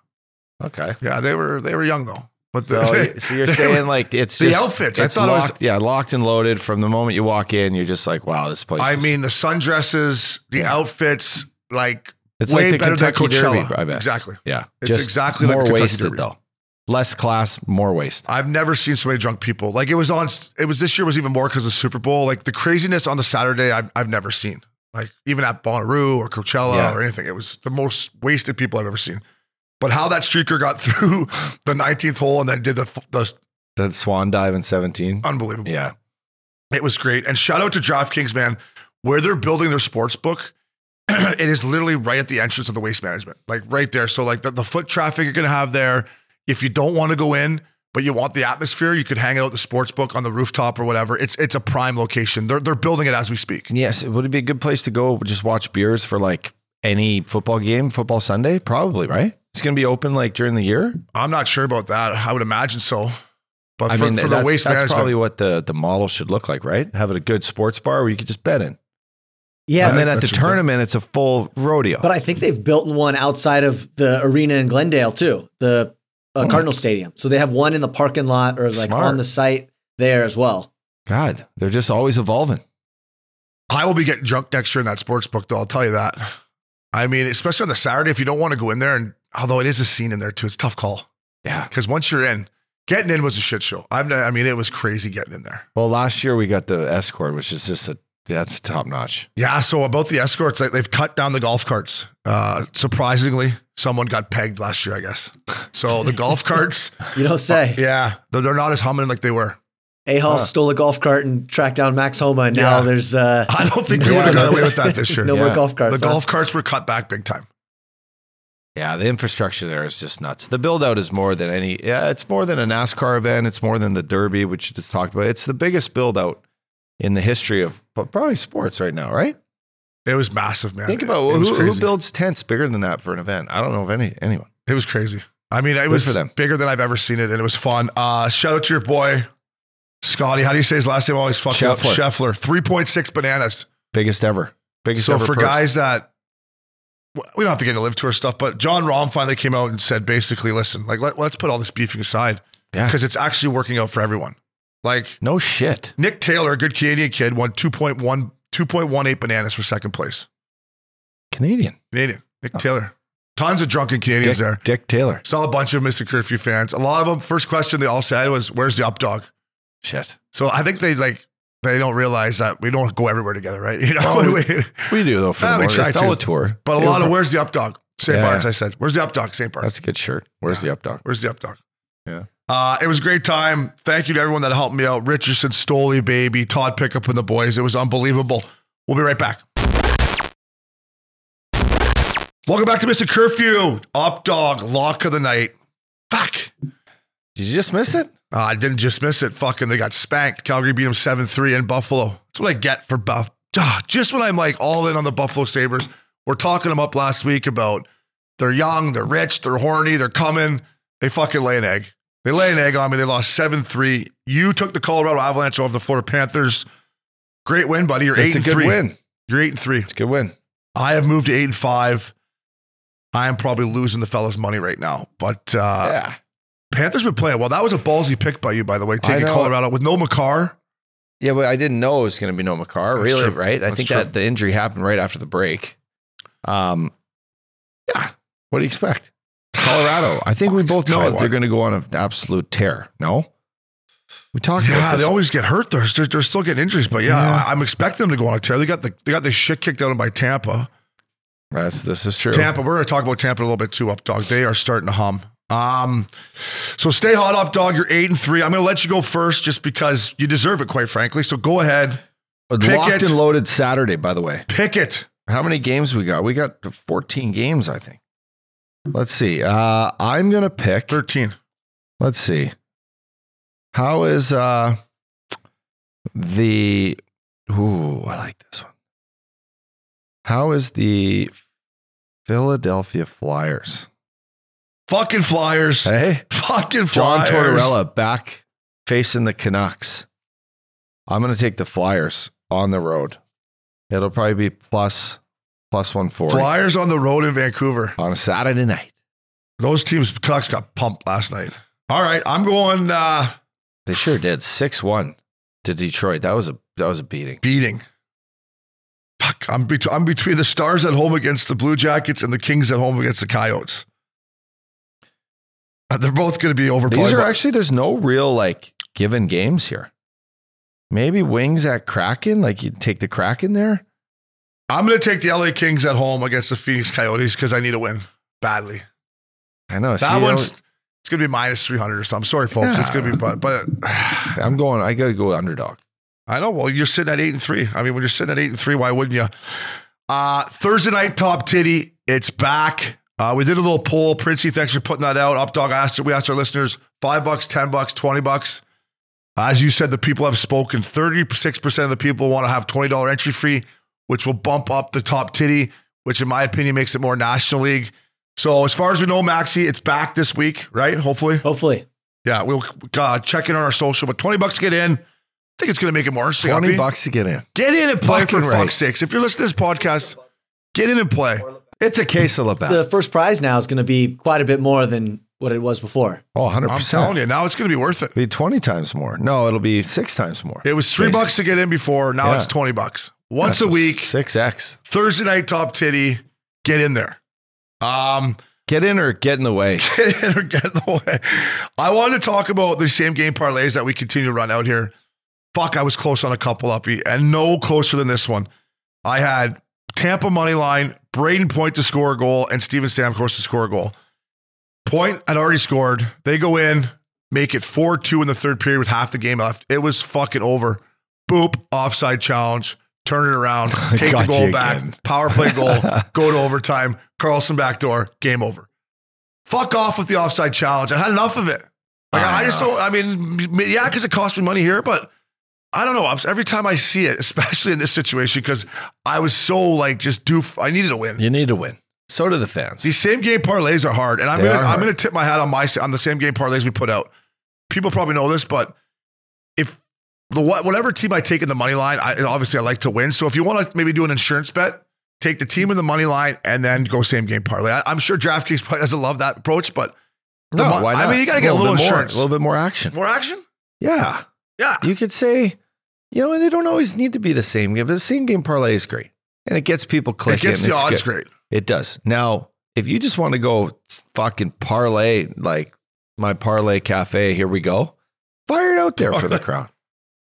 Speaker 1: okay.
Speaker 4: yeah, they were they were young though. But the,
Speaker 1: So, so you're
Speaker 4: they
Speaker 1: saying
Speaker 4: were-
Speaker 1: like it's
Speaker 4: The
Speaker 1: just,
Speaker 4: outfits, I
Speaker 1: It's
Speaker 4: thought it was-
Speaker 1: locked, yeah, locked and loaded from the moment you walk in. You're just like, wow, this place.
Speaker 4: I
Speaker 1: is-
Speaker 4: mean, the sundresses, the
Speaker 1: Yeah.
Speaker 4: outfits, like
Speaker 1: it's
Speaker 4: way
Speaker 1: like the
Speaker 4: better
Speaker 1: Kentucky
Speaker 4: than Coachella.
Speaker 1: Derby. I bet.
Speaker 4: Exactly.
Speaker 1: Yeah,
Speaker 4: It's exactly like
Speaker 1: more
Speaker 4: the Kentucky
Speaker 1: wasted
Speaker 4: Derby.
Speaker 1: though. Less class, more waste.
Speaker 4: I've never seen so many drunk people. Like it was on. It was this year was even more because of Super Bowl. Like the craziness on the Saturday, I've I've never seen. Like even at Bonnaroo or Coachella
Speaker 1: Yeah.
Speaker 4: or anything, it was the most wasted people I've ever seen. But how that streaker got through the 19th hole and then did the, f- the
Speaker 1: The swan dive in 17.
Speaker 4: unbelievable.
Speaker 1: Yeah,
Speaker 4: It was great. And shout out to DraftKings, man, where they're building their sports book. it is literally right at the entrance of the waste management, like right there. So, like the, the foot traffic you're going to have there, if you don't want to go in, but you want the atmosphere, you could hang out at the sports book on the rooftop or whatever. It's it's a prime location. They're, they're building it as we speak.
Speaker 1: yes, it would be a good place to go. Just watch beers for like any football game, football Sunday, probably right. It's gonna be open like during the year.
Speaker 4: I'm not sure about that. I would imagine so. But
Speaker 1: I
Speaker 4: Uh, for,
Speaker 1: mean,
Speaker 4: for the
Speaker 1: that's,
Speaker 4: waste
Speaker 1: that's
Speaker 4: management,
Speaker 1: probably what the, the model should look like, right? Have it a good sports bar where you could just bet in.
Speaker 5: Yeah,
Speaker 1: and
Speaker 5: but,
Speaker 1: then at the
Speaker 4: that's your point.
Speaker 1: tournament, it's a full rodeo.
Speaker 5: but I think they've built one outside of the arena in Glendale too, the uh,
Speaker 4: Hmm.
Speaker 1: Oh.
Speaker 5: Cardinal Stadium. So they have one in the parking lot or like
Speaker 1: Smart.
Speaker 5: on the site there as well.
Speaker 1: God, they're just always evolving.
Speaker 4: I will be getting drunk next year in that sports book, though. I'll tell you that. I mean, especially on the Saturday, if you don't want to go in there, and although it is a scene in there too, it's a tough call.
Speaker 1: Yeah.
Speaker 4: Because once you're in, getting in was a shit show. I've, ne- I mean, it was crazy getting in there.
Speaker 1: Well, last year we got the escort, which is just a that's top notch.
Speaker 4: Yeah. So about the escorts, like they've cut down the golf carts. Uh, surprisingly, someone got pegged last year, I guess. So the golf carts,
Speaker 5: You don't say.
Speaker 4: yeah, they're, they're not as humming like they were.
Speaker 5: A Hall stole a golf cart and tracked down Max Homa, and now
Speaker 4: Yeah.
Speaker 5: there's uh,
Speaker 4: I don't think we
Speaker 1: Yeah,
Speaker 4: would have got away
Speaker 1: that's-
Speaker 4: with that this year.
Speaker 5: no
Speaker 1: Yeah.
Speaker 5: more golf carts.
Speaker 4: the
Speaker 5: huh?
Speaker 4: golf carts were cut back big time.
Speaker 1: Yeah, the infrastructure there is just nuts. The build out is more than any. Yeah, it's more than a NASCAR event. It's more than the Derby, which you just talked about. It's the biggest build out in the history of but probably sports right now, right?
Speaker 4: It was massive, man.
Speaker 1: Think
Speaker 4: It-
Speaker 1: about
Speaker 4: it
Speaker 1: who,
Speaker 4: was
Speaker 1: who
Speaker 4: crazy.
Speaker 1: builds tents bigger than that for an event. I don't know of any anyone.
Speaker 4: It was crazy. I mean, it
Speaker 1: for
Speaker 4: was
Speaker 1: them.
Speaker 4: bigger than I've ever seen it, and it was fun. Uh, shout out to your boy, Scotty. How do you say his last name? I always fuck up.
Speaker 1: Scheffler.
Speaker 4: Scheffler. 3.6 bananas.
Speaker 1: Biggest ever. Biggest
Speaker 4: so
Speaker 1: ever
Speaker 4: for
Speaker 1: purse.
Speaker 4: guys that we don't have to get into live tour stuff, but John Rom finally came out and said basically, listen, like let, let's put all this beefing aside
Speaker 1: Yeah.
Speaker 4: because it's actually working out for everyone. Like
Speaker 1: No shit.
Speaker 4: Nick Taylor, a good Canadian kid, won 2.1, 2.18 bananas for second place.
Speaker 1: Canadian.
Speaker 4: Canadian. Nick Taylor. Tons of drunken Canadians there.
Speaker 1: Dick Taylor.
Speaker 4: Saw a bunch of Mr. Curfew fans. A lot of them, first question they all said was, Where's the up dog?
Speaker 1: Shit.
Speaker 4: So I think they like, they don't realize that we don't go everywhere together, right? You know, we-
Speaker 1: We do though for
Speaker 4: Ah, we
Speaker 1: the Warriors.
Speaker 4: try to.
Speaker 1: Fella tour.
Speaker 4: but a
Speaker 1: They
Speaker 4: lot
Speaker 1: were-
Speaker 4: of where's the up dog? St.
Speaker 1: Yeah.
Speaker 4: Barnes, I said, where's the up dog? St. Barnes.
Speaker 1: That's a good shirt. Where's the up dog?
Speaker 4: Where's the up dog?
Speaker 1: Yeah.
Speaker 4: Uh, it was a great time. Thank you to everyone that helped me out. Richardson, Stoley, baby, Todd Pickup, and the boys. It was unbelievable. We'll be right back. Welcome back to Mr. Curfew. Up dog, lock of the night. Fuck.
Speaker 1: Did you just miss it?
Speaker 4: Uh, I didn't just miss it. Fucking, they got spanked. Calgary beat them 7 3 in Buffalo. That's what I get for Buff. Ah, just when I'm like all in on the Buffalo Sabres, we're talking them up last week about they're young, they're rich, they're horny, they're coming. They fucking lay an egg. They lay an egg on me. They lost 7 3. You took the Colorado Avalanche over the Florida Panthers. Great win, buddy. You're 8
Speaker 1: It's a
Speaker 4: and
Speaker 1: good
Speaker 4: 3.
Speaker 1: win.
Speaker 4: You're 8 and 3.
Speaker 1: It's a good win.
Speaker 4: I have moved to 8 and 5. I am probably losing the fellas' money right now, but uh,
Speaker 1: yeah.
Speaker 4: Panthers been playing well. That was a ballsy pick by you, by the way, taking
Speaker 1: know.
Speaker 4: Colorado with no McCarr.
Speaker 1: Yeah, but I didn't know it was going to be no Makar,
Speaker 4: That's
Speaker 1: really,
Speaker 4: true.
Speaker 1: right? I
Speaker 4: That's
Speaker 1: think
Speaker 4: true.
Speaker 1: that the injury happened right after the break. Um, yeah. What do you expect? It's Colorado. I think we both know
Speaker 4: Tell you
Speaker 1: that they're
Speaker 4: what.
Speaker 1: going to go on an absolute tear. No, we talked
Speaker 4: Yeah,
Speaker 1: about
Speaker 4: they
Speaker 1: this.
Speaker 4: always get hurt. They're, they're, they're still getting injuries, but yeah,
Speaker 1: Yeah.
Speaker 4: I, I'm expecting them to go on a tear. They got the they got the shit kicked out of them by Tampa.
Speaker 1: That's this is true.
Speaker 4: Tampa. We're going to talk about Tampa a little bit too. Up dog, they are starting to hum. Um, so stay hot, up dog. You're eight and three. I'm going to let you go first, just because you deserve it, quite frankly. So go ahead,
Speaker 1: Locked
Speaker 4: Pickett.
Speaker 1: and loaded Saturday, by the way.
Speaker 4: pick it.
Speaker 1: How many games we got? We got 14 games, I think. Let's see. Uh, I'm going to pick.
Speaker 4: Thirteen.
Speaker 1: Let's see. How is uh the Ooh, I like this one. How is the Philadelphia Flyers?
Speaker 4: Fucking Flyers.
Speaker 1: Hey,
Speaker 4: Fucking
Speaker 1: John
Speaker 4: Flyers.
Speaker 1: Tortorella back facing the Canucks. I'm going to take the Flyers on the road. It'll probably be plus plus 140
Speaker 4: Flyers on the road in Vancouver.
Speaker 1: on a Saturday night.
Speaker 4: Those teams, Canucks got pumped last night. All right, I'm going uh,
Speaker 1: They sure did. 6-1 to Detroit. That was a that was a beating.
Speaker 4: beating. Fuck, I'm, bet- I'm between the Stars at home against the Blue Jackets and the Kings at home against the Coyotes. Uh, they're both going to be over.
Speaker 1: These
Speaker 4: probably
Speaker 1: are
Speaker 4: by-
Speaker 1: actually there's no real like given games here. Maybe wings at Kraken, like you take the Kraken there.
Speaker 4: I'm going to take the LA Kings at home against the Phoenix Coyotes because I need a win badly.
Speaker 1: I know see,
Speaker 4: that
Speaker 1: I
Speaker 4: one's
Speaker 1: don't-
Speaker 4: it's going to be minus 300 or something. Sorry, folks, it's going to be but but
Speaker 1: I'm going. I gotta go underdog.
Speaker 4: I know. Well, you're sitting at eight and three. I mean, when you're sitting at eight and three, why wouldn't you? Uh, Thursday night top titty, it's back. Uh, we did a little poll. Princey, thanks for putting that out. Updog asked. We asked our listeners five bucks, ten bucks, twenty bucks. As you said, the people have spoken. Thirty-six percent of the people want to have twenty dollar entry fee, which will bump up the top titty, which in my opinion makes it more National League. So as far as we know, Maxi, it's back this week, right? Hopefully.
Speaker 5: Hopefully.
Speaker 4: Yeah, we'll uh, check in on our social, but 20 bucks to get in. I think it's going to make it more interesting.
Speaker 1: Twenty
Speaker 4: Uppy.
Speaker 1: bucks to get in.
Speaker 4: Get in and play for
Speaker 1: Fucking right.
Speaker 4: fuck's sakes. If you're listening to this podcast, get in and play.
Speaker 1: It's a case of
Speaker 5: The
Speaker 1: Labatt.
Speaker 5: first prize now is going to be quite a bit more than what it was before.
Speaker 1: Oh, 100
Speaker 4: I'm telling
Speaker 1: percent.
Speaker 4: you, now it's going to be worth it.
Speaker 1: Be twenty times more. No, it'll be six times more.
Speaker 4: It was three
Speaker 1: Basically.
Speaker 4: bucks to get in before. Now
Speaker 1: Yeah.
Speaker 4: it's 20 bucks. Once a week,
Speaker 1: Six X.
Speaker 4: Thursday night top titty. Get in there. Um,
Speaker 1: Get in or get in the way.
Speaker 4: get in or get in the way. I wanted to talk about the same game parlays that we continue to run out here. Fuck, I was close on a couple uppy and no closer than this one. I had Tampa money line, Braden Point to score a goal, and Steven Stamkos to score a goal. Point had already scored. They go in, make it 4 2 in the third period with half the game left. It was fucking over. Boop, offside challenge, turn it around, take the
Speaker 1: Got
Speaker 4: goal
Speaker 1: you
Speaker 4: back,
Speaker 1: again.
Speaker 4: power play goal, go to overtime, Carlson backdoor, game over. Fuck off with the offside challenge. I had enough of it. Like, I, I just don't, I mean, m- yeah, because it cost me money here, but I don't know. I'm- Every time I see it, especially in this situation, because I was so like just doof. I needed a win.
Speaker 1: You need to win. So do the fans.
Speaker 4: These same game parlays are hard, and I'm
Speaker 1: They
Speaker 4: gonna
Speaker 1: are
Speaker 4: I'm
Speaker 1: hard.
Speaker 4: gonna tip my hat on my on the same game parlays we put out. People probably know this, but if the what- whatever team I take in the money line, I, obviously I like to win. So if you want to maybe do an insurance bet, take the team in the money line and then go same game parlay. I, am sure DraftKings probably doesn't love that approach, but the
Speaker 1: No,
Speaker 4: mon-
Speaker 1: why not?
Speaker 4: I mean, you got to get a little
Speaker 1: bit more, a
Speaker 4: insurance,
Speaker 1: little bit more action.
Speaker 4: more action.
Speaker 1: Yeah,
Speaker 4: Yeah,
Speaker 1: you could say, you know, and they don't always need to be the same game. But the same game parlay is great, and it gets people
Speaker 4: it
Speaker 1: clicking.
Speaker 4: gets
Speaker 1: and
Speaker 4: the
Speaker 1: it's
Speaker 4: odds
Speaker 1: good.
Speaker 4: great.
Speaker 1: It does. Now, if you just want to go fucking parlay, like my parlay cafe, here we go. Fire it out there for the crowd.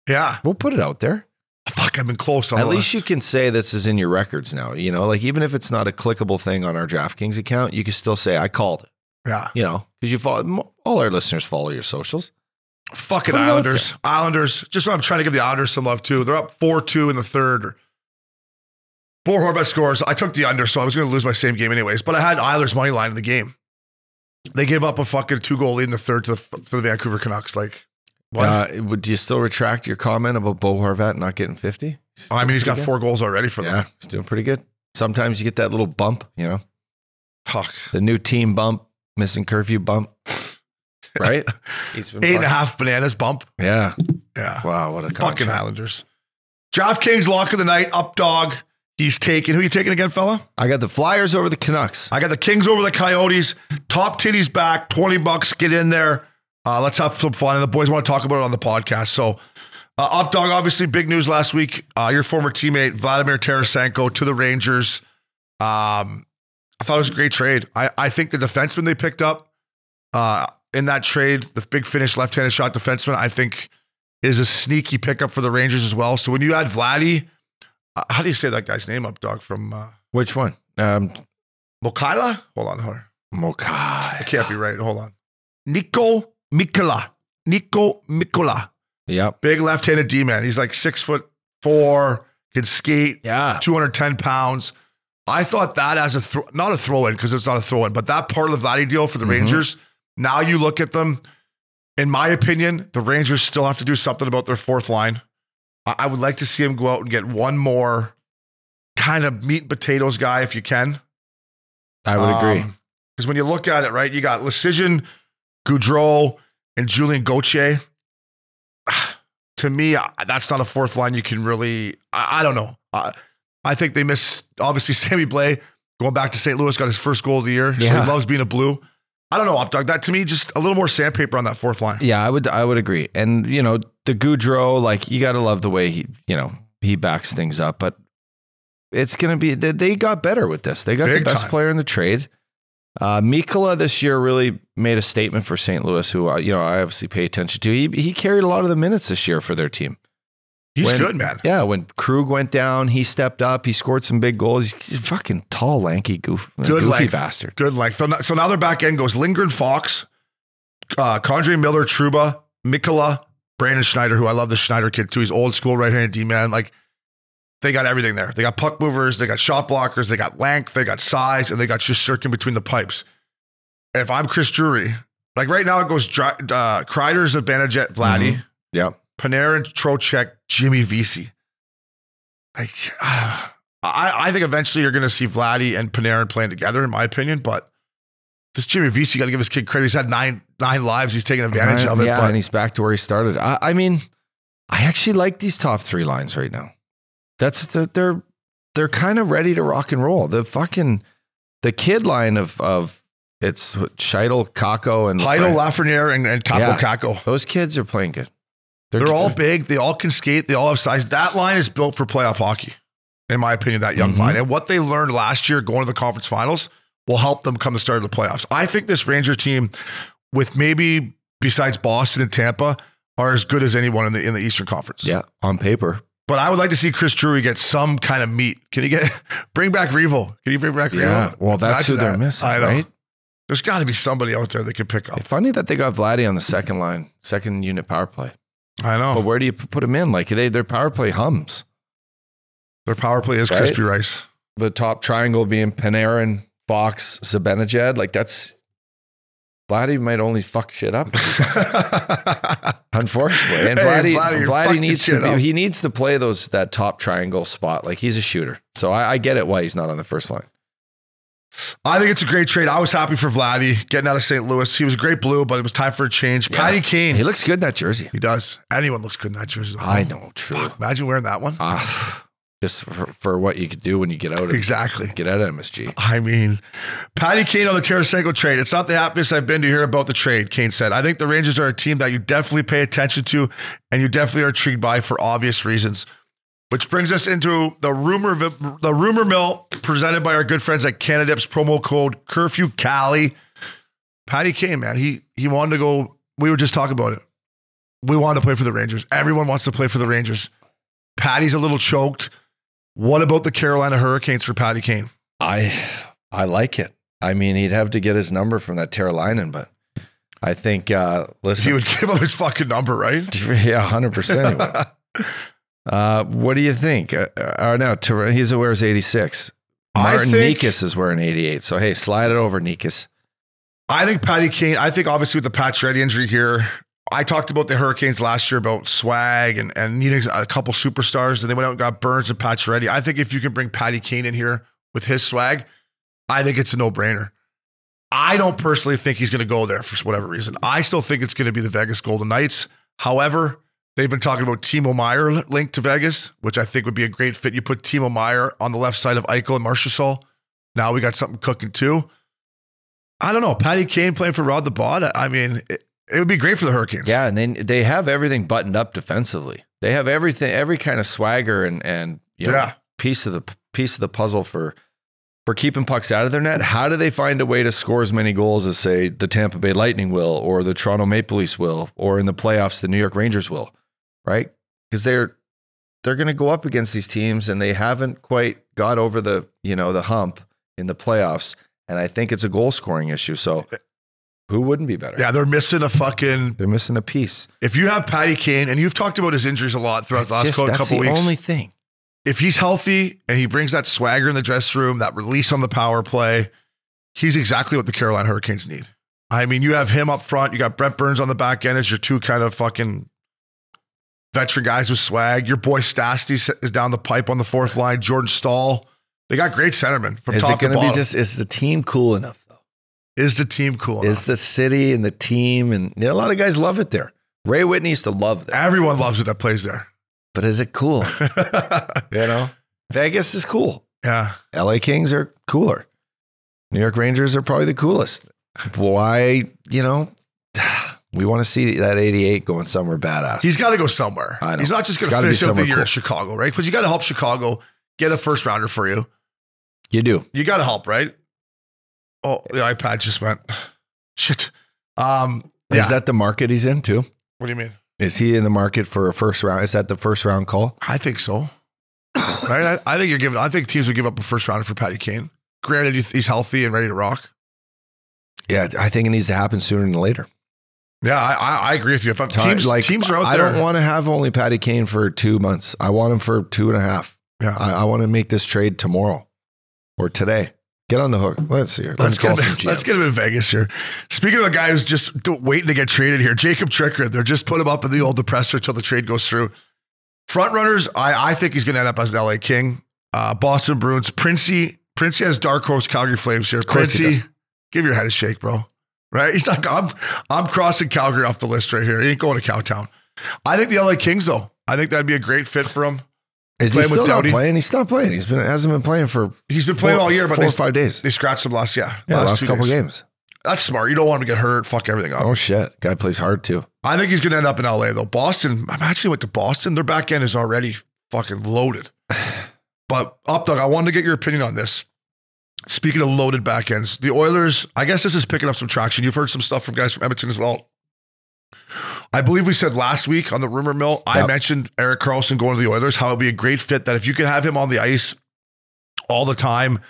Speaker 4: Yeah,
Speaker 1: We'll put it out there.
Speaker 4: fuck, I've been close. On
Speaker 1: At
Speaker 4: the
Speaker 1: least you
Speaker 4: list.
Speaker 1: can say this is in your records now. You know, like even if it's not a clickable thing on our DraftKings account, you can still say I called it.
Speaker 4: yeah,
Speaker 1: You know, because you follow all our listeners follow your socials.
Speaker 4: fucking
Speaker 1: put it out
Speaker 4: Islanders. Islanders. Just I'm trying to give the Islanders some love too. They're up four two in the third. Four Horvat scores. I took the under, so I was going to lose my same game anyways. But I had Islanders money line in the game. They gave up a fucking two goal lead in the third to the, to the Vancouver Canucks. Like, what?
Speaker 1: Uh, would do you still retract your comment about Bo Horvat not getting fifty?
Speaker 4: Oh, I mean, he's got four goals already for them.
Speaker 1: Yeah, he's doing pretty good. Sometimes you get that little bump. You know,
Speaker 4: Fuck.
Speaker 1: the new team bump, missing curfew bump. Right? He's been
Speaker 4: Eight and a
Speaker 1: fucking-
Speaker 4: half bananas bump.
Speaker 1: Yeah.
Speaker 4: Yeah.
Speaker 1: Wow, what a
Speaker 4: Fucking
Speaker 1: contract.
Speaker 4: Islanders. DraftKings lock of the night, up dog. He's taking. Who you taking again, fella?
Speaker 1: I got the Flyers over the Canucks.
Speaker 4: I got the Kings over the Coyotes. Top titties back. 20 bucks. Get in there. Uh, let's have some fun. And the boys want to talk about it on the podcast. So, uh, up dog, obviously, big news last week. Uh, your former teammate, Vladimir Tarasenko, to the Rangers. Um, I thought it was a great trade. I, I think the defenseman they picked up uh, in that trade, the big Finnish left handed shot defenseman, I think is a sneaky pickup for the Rangers as well. So when you add Vladdy, uh, how do you say that guy's name up, dog? From uh,
Speaker 1: Which one? Um,
Speaker 4: Mokaila? Hold on, hold on. I
Speaker 1: Oh, Mokai.
Speaker 4: can't be right. Hold on. Nico Mikola. Nico Mikola.
Speaker 1: Yep.
Speaker 4: Big left handed D man. He's like six foot four, can skate,
Speaker 1: Yeah.
Speaker 4: 210 pounds. I thought that as a thro- not a throw in because it's not a throw in, but that part of the Vladdy deal for the
Speaker 1: Mhm.
Speaker 4: Rangers. Now you look at them. In my opinion, the Rangers still have to do something about their fourth line. I, I would like to see him go out and get one more kind of meat and potatoes guy if you can.
Speaker 1: I would
Speaker 4: Um,
Speaker 1: agree.
Speaker 4: Because when you look at it, right, you got Lecision, Goudreau, and Julian Gauthier. to me, I- that's not a fourth line you can really. I, I don't know. I, I think they miss obviously Sammy Blay going back to St. Louis got his first goal of the year, so
Speaker 1: Yeah.
Speaker 4: he loves being a blue. I don't know, Updog. That to me just a little more sandpaper on that fourth line.
Speaker 1: Yeah, I would I would agree. And you know, the Goudreau, like you gotta love the way he, you know, he backs things up, but it's gonna be they, they got better with this. They got
Speaker 4: Big
Speaker 1: the best
Speaker 4: time.
Speaker 1: player in the trade. Uh Mikola this year really made a statement for St. Louis, who uh, you know, I obviously pay attention to. He he carried a lot of the minutes this year for their team.
Speaker 4: He's
Speaker 1: When-
Speaker 4: good, man.
Speaker 1: Yeah, when Krug went down, he stepped up. He scored some big goals. He's a fucking tall, lanky, goof,
Speaker 4: Good
Speaker 1: goofy
Speaker 4: length.
Speaker 1: bastard.
Speaker 4: Good length. So now, so now their back end goes Lindgren, Fox, uh, Condre Miller, Truba, Mikola, Brandon Schneider, who I love the Schneider kid too. He's old school right handed D man. Like they got everything there. They got puck movers, they got shot blockers, they got length, they got size, and they got just circling between the pipes. If I'm Chris Drury, like right now it goes Dry, uh, Kreider's a Banajet, Vladdy,
Speaker 1: Yeah.
Speaker 4: Panarin, Trocheck, Jimmy Vesey. Like, ah, I, I think eventually you're going to see Vladdy and Panarin playing together, in my opinion. But this Jimmy Vesey, got to give his kid credit. He's had nine nine lives. He's taken advantage
Speaker 1: Right,
Speaker 4: of it.
Speaker 1: Yeah,
Speaker 4: but
Speaker 1: and he's back to where he started. I, I mean, I actually like these top three lines right now. That's the, they're they're kind of ready to rock and roll. The fucking the kid line of of it's Scheidel, Kako, and
Speaker 4: Heido,
Speaker 1: Lafreniere.
Speaker 4: Lafreniere, and, and Capo
Speaker 1: Yeah.
Speaker 4: Caco.
Speaker 1: Those kids are playing good.
Speaker 4: They're all big. They all can skate. They all have size. That line is built for playoff hockey, in my opinion, that young
Speaker 1: Mhm.
Speaker 4: line. And what they learned last year going to the conference finals will help them come to start of the playoffs. I think this Ranger team, with maybe besides Boston and Tampa, are as good as anyone in the in the Eastern Conference.
Speaker 1: yeah on paper.
Speaker 4: But I would like to see Chris Drury get some kind of meat. Can he get bring back Revo? Can you bring back Revo?
Speaker 1: Yeah, well that's
Speaker 4: Imagine
Speaker 1: who they're
Speaker 4: that.
Speaker 1: missing,
Speaker 4: I know.
Speaker 1: right?
Speaker 4: There's got to be somebody out there that could pick up.
Speaker 1: Funny that they got Vladdy on the second line, second unit power play.
Speaker 4: I
Speaker 1: But
Speaker 4: know.
Speaker 1: where do you p- put him in? Like they, their power play hums.
Speaker 4: Their power play is
Speaker 1: Right?
Speaker 4: crispy rice.
Speaker 1: The top triangle being Panarin, Fox, Zibanejad. Like that's Vladdy might only fuck shit up, unfortunately. And
Speaker 4: Hey,
Speaker 1: Vladdy,
Speaker 4: Vladdy,
Speaker 1: Vladdy,
Speaker 4: you're fucking
Speaker 1: needs
Speaker 4: shit
Speaker 1: to
Speaker 4: up.
Speaker 1: be, he needs to play those that top triangle spot. Like he's a shooter, so I, I get it why he's not on the first line.
Speaker 4: I think it's a great trade. I was happy for Vladdy getting out of St. Louis. He was a great blue, but it was time for a change. Patty Kane.
Speaker 1: He
Speaker 4: He,
Speaker 1: looks good in that jersey.
Speaker 4: does. Anyone looks good in that jersey.
Speaker 1: I know, true.
Speaker 4: Fuck, imagine wearing that one.
Speaker 1: Ah, just for, for what you could do when you get out of
Speaker 4: Exactly.
Speaker 1: get out of MSG.
Speaker 4: I mean, Patty Kane on the Tarasenko trade. It's not the happiest I've been to hear about the trade, Kane said. I think the Rangers are a team that you definitely pay attention to and you definitely are intrigued by for obvious reasons. Which brings us into the rumor the rumor mill presented by our good friends at Canadips promo code curfew Cali. Patty Kane, man, he he wanted to go. We were just talking about it. We wanted to play for the Rangers. Everyone wants to play for the Rangers. Patty's a little choked. What about the Carolina Hurricanes for Patty Kane?
Speaker 1: I I like it. I mean, he'd have to get his number from that Tara Linen, but I think uh
Speaker 4: He
Speaker 1: listen
Speaker 4: would give up his fucking number, right?
Speaker 1: yeah, 100% he would. Uh, what do you think? Uh, uh, no, Ter- he's wears 86.
Speaker 4: I
Speaker 1: Martin
Speaker 4: think-
Speaker 1: Nikas is wearing 88. So, hey, slide it over, Nikas.
Speaker 4: I think Patty Kane, I think obviously with the Patch Red injury here, I talked about the Hurricanes last year about swag and, and needing a couple superstars, and they went out and got Burns and Patch Reddy. I think if you can bring Patty Kane in here with his swag, I think it's a no brainer. I don't personally think he's going to go there for whatever reason. I still think it's going to be the Vegas Golden Knights. However, they've been talking about Timo Meyer linked to Vegas, which I think would be a great fit. You put Timo Meyer on the left side of Eichel and Marchessault. Now we got something cooking too. I don't know. Patty Kane playing for Rod the Bod. I- I mean, it, it would be great for the Hurricanes.
Speaker 1: Yeah, and then they have everything buttoned up defensively. They have everything, every kind of swagger and and you know,
Speaker 4: Yeah.
Speaker 1: piece of the piece of the puzzle for for keeping pucks out of their net. How do they find a way to score as many goals as say the Tampa Bay Lightning will, or the Toronto Maple Leafs will, or in the playoffs the New York Rangers will, right? Because they're they're going to go up against these teams, and they haven't quite got over the you know the hump in the playoffs. And I think it's a goal scoring issue. So who wouldn't be better?
Speaker 4: Uh, Yeah, they're missing a fucking.
Speaker 1: They're missing a piece.
Speaker 4: If you have Patty Kane, and you've talked about his injuries a lot throughout the last
Speaker 1: Just-
Speaker 4: couple,
Speaker 1: that's
Speaker 4: couple
Speaker 1: the
Speaker 4: weeks.
Speaker 1: only thing.
Speaker 4: if he's healthy and he brings that swagger in the dressing room, that release on the power play, he's exactly what the Carolina Hurricanes need. I mean, you have him up front, you got Brett Burns on the back end as your two kind of fucking veteran guys with swag. Your boy Stasty is down the pipe on the fourth line. Jordan Stahl. They got great centermen from
Speaker 1: Is
Speaker 4: top
Speaker 1: it going
Speaker 4: to
Speaker 1: to
Speaker 4: bottom.
Speaker 1: be just? Is the team cool enough though?
Speaker 4: is the team cool?
Speaker 1: Is
Speaker 4: Is
Speaker 1: the city and the team and yeah, a lot of guys love it there. Ray Whitney used to love that,
Speaker 4: Everyone loves it that plays there.
Speaker 1: but is it cool? you know, Vegas is cool.
Speaker 4: yeah.
Speaker 1: L.A. Kings are cooler. New York Rangers are probably the coolest. Why? You know, we want to see that '88 going somewhere badass.
Speaker 4: He's got to go somewhere.
Speaker 1: I know.
Speaker 4: He's not just
Speaker 1: It's
Speaker 4: going to
Speaker 1: gotta be
Speaker 4: finish up the
Speaker 1: somewhere
Speaker 4: year
Speaker 1: cool.
Speaker 4: in Chicago, right? Because you got to help Chicago get a first rounder for you.
Speaker 1: you do.
Speaker 4: You got to help, right? Oh, the iPad just went. Shit. Um, yeah.
Speaker 1: Is that the market he's in too?
Speaker 4: what do you mean?
Speaker 1: Is he in the market for a first round? Is that the first round call?
Speaker 4: I think so. right? I, I think you're giving. I think teams would give up a first rounder for Patty Kane. Granted, he's- he's healthy and ready to rock.
Speaker 1: Yeah, I think it needs to happen sooner than later.
Speaker 4: Yeah, I, I, I agree with you. If I'm, teams, teams are out
Speaker 1: I
Speaker 4: there.
Speaker 1: don't want to have only Patty Kane for two months. I want him for two and a half.
Speaker 4: yeah.
Speaker 1: I, I want to make this trade tomorrow or today. Get on the hook. Let's see. Let's,
Speaker 4: Let's
Speaker 1: call
Speaker 4: get,
Speaker 1: some
Speaker 4: him,
Speaker 1: GMs.
Speaker 4: let's get him in Vegas here. Speaking of a guy who's just do- waiting to get traded here, Jacob Tricker. They're just putting him up in the old depressor till the trade goes through. Front runners, I, I think he's going to end up as an LA King. Uh, Boston Bruins, Princey. Princey has dark horse Calgary Flames here.
Speaker 1: course he
Speaker 4: Princey, give your head a shake, bro. Right? He's like, I'm, I'm crossing Calgary off the list right here. He ain't going to Cowtown. I think the LA Kings, though, I think that'd be a great fit for him.
Speaker 1: Is he
Speaker 4: playing with
Speaker 1: still not
Speaker 4: Doughty.
Speaker 1: playing? He's not playing. He's been hasn't been playing for
Speaker 4: He's been playing
Speaker 1: four-
Speaker 4: all year, but
Speaker 1: four
Speaker 4: they,
Speaker 1: or five days.
Speaker 4: they scratched him last, yeah.
Speaker 1: yeah, last,
Speaker 4: two
Speaker 1: couple
Speaker 4: days.
Speaker 1: games.
Speaker 4: That's smart. You don't want him to get hurt, fuck everything up.
Speaker 1: Oh shit, guy plays hard too.
Speaker 4: I think he's going to end up in LA though. Boston, I actually went to Boston. Their back end is already fucking loaded. But Updog, I wanted to get your opinion on this. Speaking of loaded back ends, the Oilers, I guess this is picking up some traction. You've heard some stuff from guys from Edmonton as well. I believe we said last week on the rumor mill, I
Speaker 1: Yep.
Speaker 4: mentioned Eric Carlson going to the Oilers, how it'd be a great fit that if you could have him on the ice all the time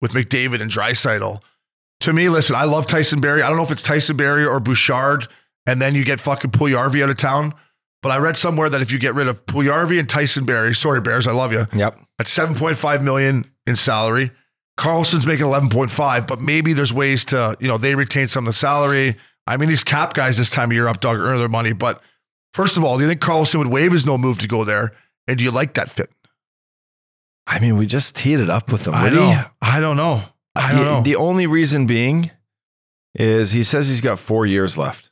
Speaker 4: with McDavid and Drysidel. To me, listen, I love Tyson Berry. I don't know if it's Tyson Berry or Bouchard, and then you get fucking Puljujarvi out of town. But I read somewhere that if you get rid of Puljujarvi and Tyson Berry, sorry Bears, I love you,
Speaker 1: Yep.
Speaker 4: at 7.5 million in salary. Carlson's making 11.5, but maybe there's ways to, you know, they retain some of the salary. I mean, these cap guys this time of year up dog earn their money. But first of all, do you think Carlson would waive his no move to go there? And do you like that fit?
Speaker 1: I mean, we just teed it up with him. Would he?
Speaker 4: I don't know. I
Speaker 1: The-
Speaker 4: don't know.
Speaker 1: The only reason being is he says he's got four years left.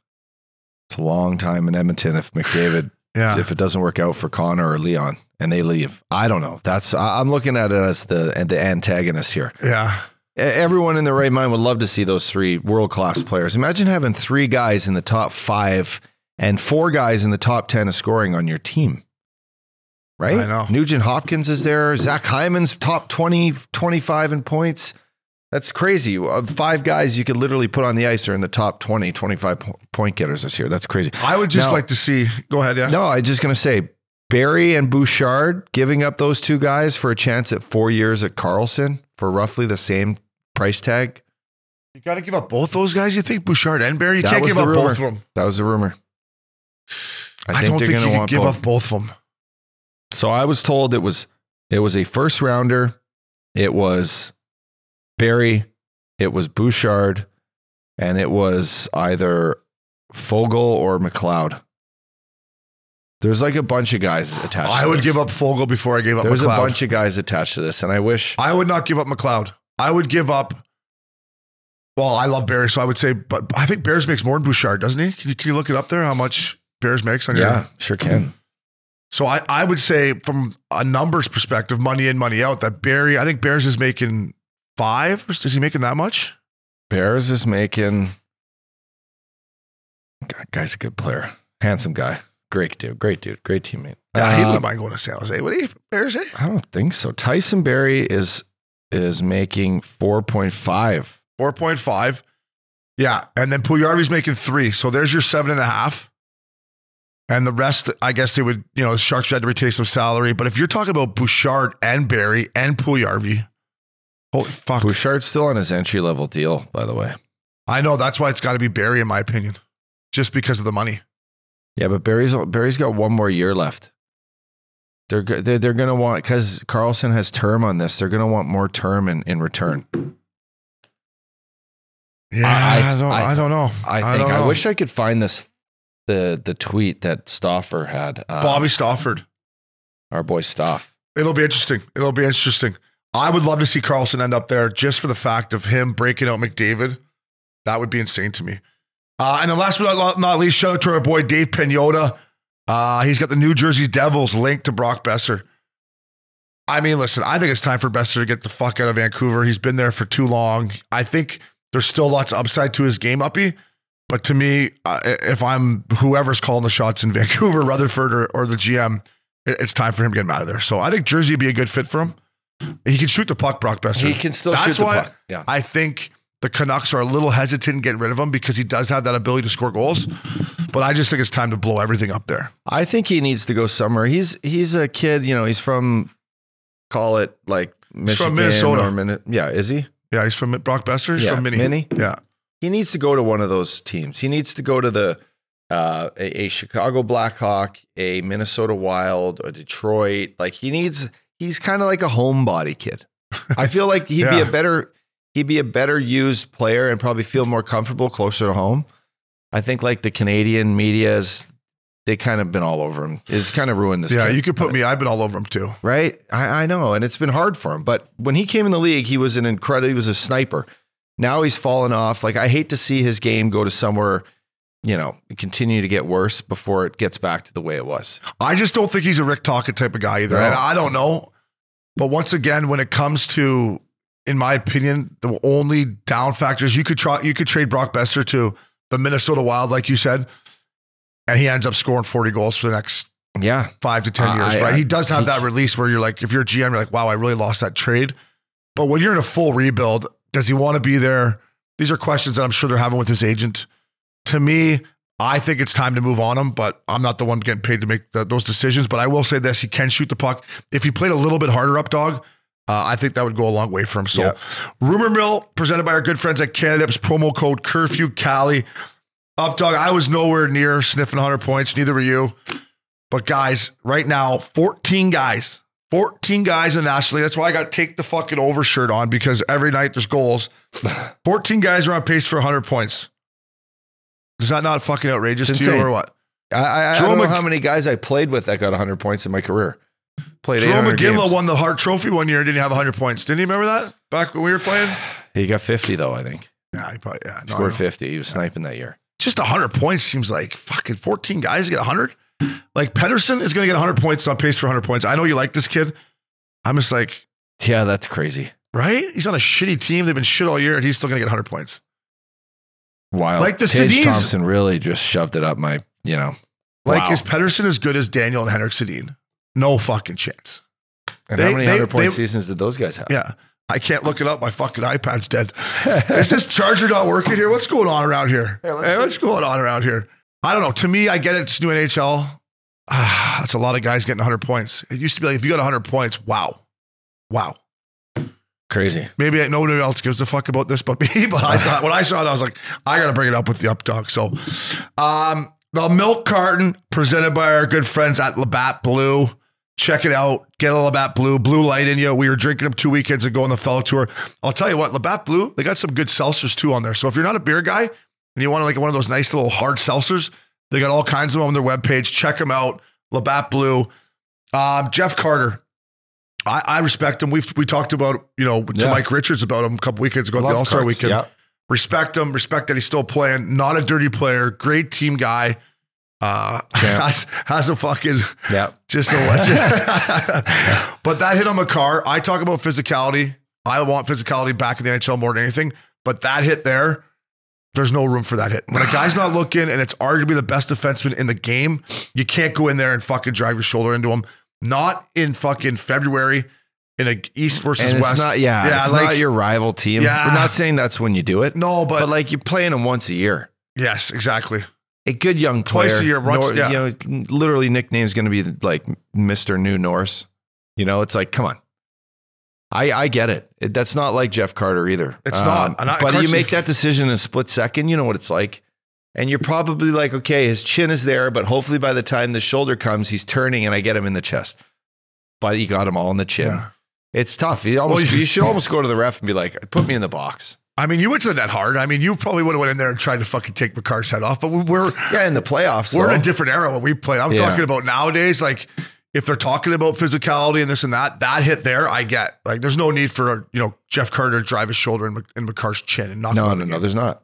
Speaker 1: It's a long time in Edmonton if McDavid
Speaker 4: Yeah.
Speaker 1: if it doesn't work out for Connor or Leon and they leave. I don't know. That's I- I'm looking at it as the and the antagonist here.
Speaker 4: yeah.
Speaker 1: E- Everyone in their right mind would love to see those three world class players. Imagine having three guys in the top five and four guys in the top ten of scoring on your team. Right?
Speaker 4: I know.
Speaker 1: Nugent Hopkins is there. Zach Hyman's top 20, 25 in points. That's crazy. Of Five guys you could literally put on the ice are in the top 20, 25 po- point getters this year. That's crazy.
Speaker 4: I would just
Speaker 1: Now-
Speaker 4: like to see. Go ahead. Yeah.
Speaker 1: No, I'm just going to say Barry and Bouchard giving up those two guys for a chance at four years at Carlson for roughly the same price tag.
Speaker 4: You got to give up both those guys. You think Bouchard and Barry? You
Speaker 1: That
Speaker 4: can't
Speaker 1: was
Speaker 4: give
Speaker 1: the
Speaker 4: up
Speaker 1: rumor.
Speaker 4: both of them.
Speaker 1: That was the rumor.
Speaker 4: I, don't
Speaker 1: they're
Speaker 4: think
Speaker 1: gonna
Speaker 4: you can
Speaker 1: want
Speaker 4: give
Speaker 1: both.
Speaker 4: up both of them.
Speaker 1: So I was told it was it was a first rounder. It was Barry. It was Bouchard, and it was either Fogel or McLeod. There's like a bunch of guys attached.
Speaker 4: I
Speaker 1: to
Speaker 4: would
Speaker 1: this.
Speaker 4: give up Fogel before I gave up
Speaker 1: There's
Speaker 4: McLeod.
Speaker 1: a bunch of guys attached to this, and I wish
Speaker 4: I would not give up McLeod. I would give up. Well, I love Barry, so I would say, but I think Bears makes more than Bouchard, doesn't he? Can you, can you look it up there? How much Bears makes on your?
Speaker 1: Yeah, sure can.
Speaker 4: So I, I would say from a numbers perspective, money in, money out, that Barry, I think Bears is making five. Is he making that much?
Speaker 1: Bears is making. God, guy's a good player, handsome guy, great dude, great dude, great teammate.
Speaker 4: Yeah, he
Speaker 1: Uh,
Speaker 4: wouldn't mind going to San Jose, would he? Bears, eh?
Speaker 1: I don't think so. Tyson Berry is is making four point five.
Speaker 4: 4.5. Yeah. And then Puljuarvi's making three. So there's your seven and a half. And the rest, I guess they would, you know, Sharks had to retain some salary. But if you're talking about Bouchard and Barry and Puljuarvi, holy fuck.
Speaker 1: Bouchard's still on his entry level deal, by the way.
Speaker 4: I know that's why it's got to be Barry, in my opinion, just because of the money.
Speaker 1: Yeah, but Berry's Berry's got one more year left. They're go- they're, they're gonna want because Carlson has term on this. They're gonna want more term in, in return.
Speaker 4: Yeah.
Speaker 1: I-
Speaker 4: I, don't,
Speaker 1: I-
Speaker 4: I, don't know.
Speaker 1: I think
Speaker 4: don't
Speaker 1: I,
Speaker 4: know.
Speaker 1: wish I could find this the the tweet that Stoffer had. Uh,
Speaker 4: Bobby Stafford.
Speaker 1: our boy Stoff.
Speaker 4: It'll be interesting. It'll be interesting. I would love to see Carlson end up there just for the fact of him breaking out McDavid. That would be insane to me. Uh, and then last but not- not least, shout out to our boy Dave Penyota. Uh, he's got the New Jersey Devils linked to Brock Besser. I mean, listen, I think it's time for Besser to get the fuck out of Vancouver. He's been there for too long. I think there's still lots of upside to his game, Uppy. But to me, uh, if I'm whoever's calling the shots in Vancouver, Rutherford or, or the GM, it- it's time for him to get him out of there. So I think Jersey would be a good fit for him. He can shoot the puck, Brock Besser.
Speaker 1: He can still
Speaker 4: That's
Speaker 1: shoot the
Speaker 4: why-
Speaker 1: puck. Yeah.
Speaker 4: I think the Canucks are a little hesitant in getting rid of him because he does have that ability to score goals. But I just think it's time to blow everything up there.
Speaker 1: I think he needs to go somewhere. He's he's a kid, you know, he's from call it like
Speaker 4: He's
Speaker 1: Michigan
Speaker 4: from Minnesota.
Speaker 1: or Minne- yeah, is he?
Speaker 4: Yeah, he's from Brock Besser. He's
Speaker 1: yeah,
Speaker 4: from Mini.
Speaker 1: Mini.
Speaker 4: Yeah.
Speaker 1: He needs to go to one of those teams. He needs to go to the uh, a, a Chicago Blackhawk, a Minnesota Wild, a Detroit. Like he needs he's kind of like a homebody kid. I feel like he'd be
Speaker 4: Yeah.
Speaker 1: a better he'd be a better used player and probably feel more comfortable closer to home. I think like the Canadian media is they kind of been all over him. It's kind of ruined this
Speaker 4: yeah,
Speaker 1: kid.
Speaker 4: you could put me. I've been all over him too.
Speaker 1: right? I, I know, and it's been hard for him. But when he came in the league, he was an incredible. He was a sniper. Now he's fallen off. Like I hate to see his game go to somewhere, you know, continue to get worse before it gets back to the way it was.
Speaker 4: I just don't think he's a Rick Tockett type of guy either.
Speaker 1: No.
Speaker 4: And I don't know. But once again, when it comes to, in my opinion, the only down factors you could try, you could trade Brock Besser to the Minnesota Wild, like you said, and he ends up scoring 40 goals for the next
Speaker 1: Yeah,
Speaker 4: five to ten
Speaker 1: I-
Speaker 4: years,
Speaker 1: I-
Speaker 4: right?
Speaker 1: I-
Speaker 4: he does have
Speaker 1: he-
Speaker 4: that release where you're like, if you're a GM, you're like, wow, I really lost that trade. But when you're in a full rebuild, does he want to be there? These are questions that I'm sure they're having with his agent. To me, I think it's time to move on him, but I'm not the one getting paid to make the, those decisions. But I will say this: he can shoot the puck. If he played a little bit harder up, dog, uh, I think that would go a long way for him. So,
Speaker 1: Yeah.
Speaker 4: rumor mill presented by our good friends at Canadips. Promo code curfew Cali. Up, dog. I was nowhere near sniffing 100 points. Neither were you. But guys, right now, 14 guys, 14 guys in the National League. That's why I got take the fucking over shirt on because every night there's goals. 14 guys are on pace for 100 points. Is that not fucking outrageous
Speaker 1: It's
Speaker 4: to you
Speaker 1: insane.
Speaker 4: or what?
Speaker 1: I, I, I
Speaker 4: Joel
Speaker 1: don't know
Speaker 4: Mc-
Speaker 1: how many guys I played with that got 100 points in my career. Played
Speaker 4: Jerome
Speaker 1: 800
Speaker 4: McGinley
Speaker 1: games.
Speaker 4: won the Hart Trophy one year and didn't have 100 points. Didn't he remember that back when we were playing?
Speaker 1: He got 50 though, I think.
Speaker 4: Yeah, he probably yeah, no, I
Speaker 1: Scored
Speaker 4: know.
Speaker 1: 50. He was sniping that year.
Speaker 4: Just 100 points seems like fucking 14 guys to get 100. Like Pedersen is going to get 100 points on pace for 100 points. I know you like this kid. I'm just like,
Speaker 1: Yeah, that's crazy.
Speaker 4: right? He's on a shitty team. They've been shit all year, and he's still going to get 100 points.
Speaker 1: Wow.
Speaker 4: Like the
Speaker 1: Tage
Speaker 4: Sedins-
Speaker 1: Thompson really just shoved it up my, you know.
Speaker 4: Like,
Speaker 1: Wow.
Speaker 4: is Pedersen as good as Daniel and Henrik Sedin? No fucking chance.
Speaker 1: And
Speaker 4: They-
Speaker 1: how many
Speaker 4: they-
Speaker 1: hundred point
Speaker 4: they-
Speaker 1: seasons did those guys have?
Speaker 4: Yeah. I can't look it up. My fucking iPad's dead. is this charger not working here? What's going on around here? Hey, what's going on around here? I don't know. To me, I get it. It's new NHL. Ah, that's a lot of guys getting 100 points. It used to be like, if you got 100 points, wow. Wow.
Speaker 1: Crazy.
Speaker 4: Maybe I- nobody else gives a fuck about this but me. But I thought when I saw it, I was like, I gotta bring it up with the updog. So, um, the milk carton presented by our good friends at Labatt Blue. Check it out. Get a Labatt Blue, blue light in you. We were drinking them two weekends ago on the fellow tour. I'll tell you what, Labatt Blue, they got some good seltzers too on there. So if you're not a beer guy and you want like one of those nice little hard seltzers, they got all kinds of them on their webpage. Check them out. Labatt Blue. Um, Jeff Carter. I, I respect him. We've we talked about, you know, to
Speaker 1: Yeah.
Speaker 4: Mike Richards about him a couple weekends ago at the
Speaker 1: Love
Speaker 4: All Star
Speaker 1: cards.
Speaker 4: weekend.
Speaker 1: Yeah.
Speaker 4: Respect him, respect that he's still playing. Not a dirty player, great team guy. Uh
Speaker 1: Yeah.
Speaker 4: has, has a fucking
Speaker 1: Yeah.
Speaker 4: just a legend. but that hit on the car. I talk about physicality. I want physicality back in the NHL more than anything. But that hit there, there's no room for that hit. When a guy's not looking and it's arguably the best defenseman in the game, you can't go in there and fucking drive your shoulder into him. Not in fucking February in a East versus
Speaker 1: And it's
Speaker 4: West.
Speaker 1: not, yeah,
Speaker 4: Yeah,
Speaker 1: it's
Speaker 4: like-
Speaker 1: not your rival team.
Speaker 4: Yeah.
Speaker 1: We're not saying that's when you do it,
Speaker 4: no, but,
Speaker 1: but,
Speaker 4: like
Speaker 1: like you're playing them once a year.
Speaker 4: yes, exactly.
Speaker 1: A good young player,
Speaker 4: Twice a year, once- yeah.
Speaker 1: you know, literally nickname's going to be like Mister New Norse. You know, it's like, come on, I I get it. It- that's not like Jeff Carter either. Um,
Speaker 4: It's not. And I-
Speaker 1: but
Speaker 4: Carson-
Speaker 1: you make that decision in a split second. You know what it's like, and you're probably like, okay, his chin is there, but hopefully by the time the shoulder comes, he's turning, and I get him in the chest. But he got him all in the chin.
Speaker 4: Yeah.
Speaker 1: It's tough. You almost
Speaker 4: you-
Speaker 1: you should almost go to the ref and be like, put me in the box.
Speaker 4: I mean, you went to that hard. I mean, you probably would have went in there and tried to fucking take McCarr's head off, but we- we're
Speaker 1: Yeah, in the playoffs.
Speaker 4: We're in a
Speaker 1: though.
Speaker 4: different era when we played. I'm
Speaker 1: Yeah.
Speaker 4: talking about nowadays, like if they're talking about physicality and this and that, that hit there, I get. Like there's no need for you know Jeff Carter to drive his shoulder in, Mc- in McCarr's chin and knock him out
Speaker 1: no, no,
Speaker 4: of
Speaker 1: no.
Speaker 4: the game.
Speaker 1: There's not.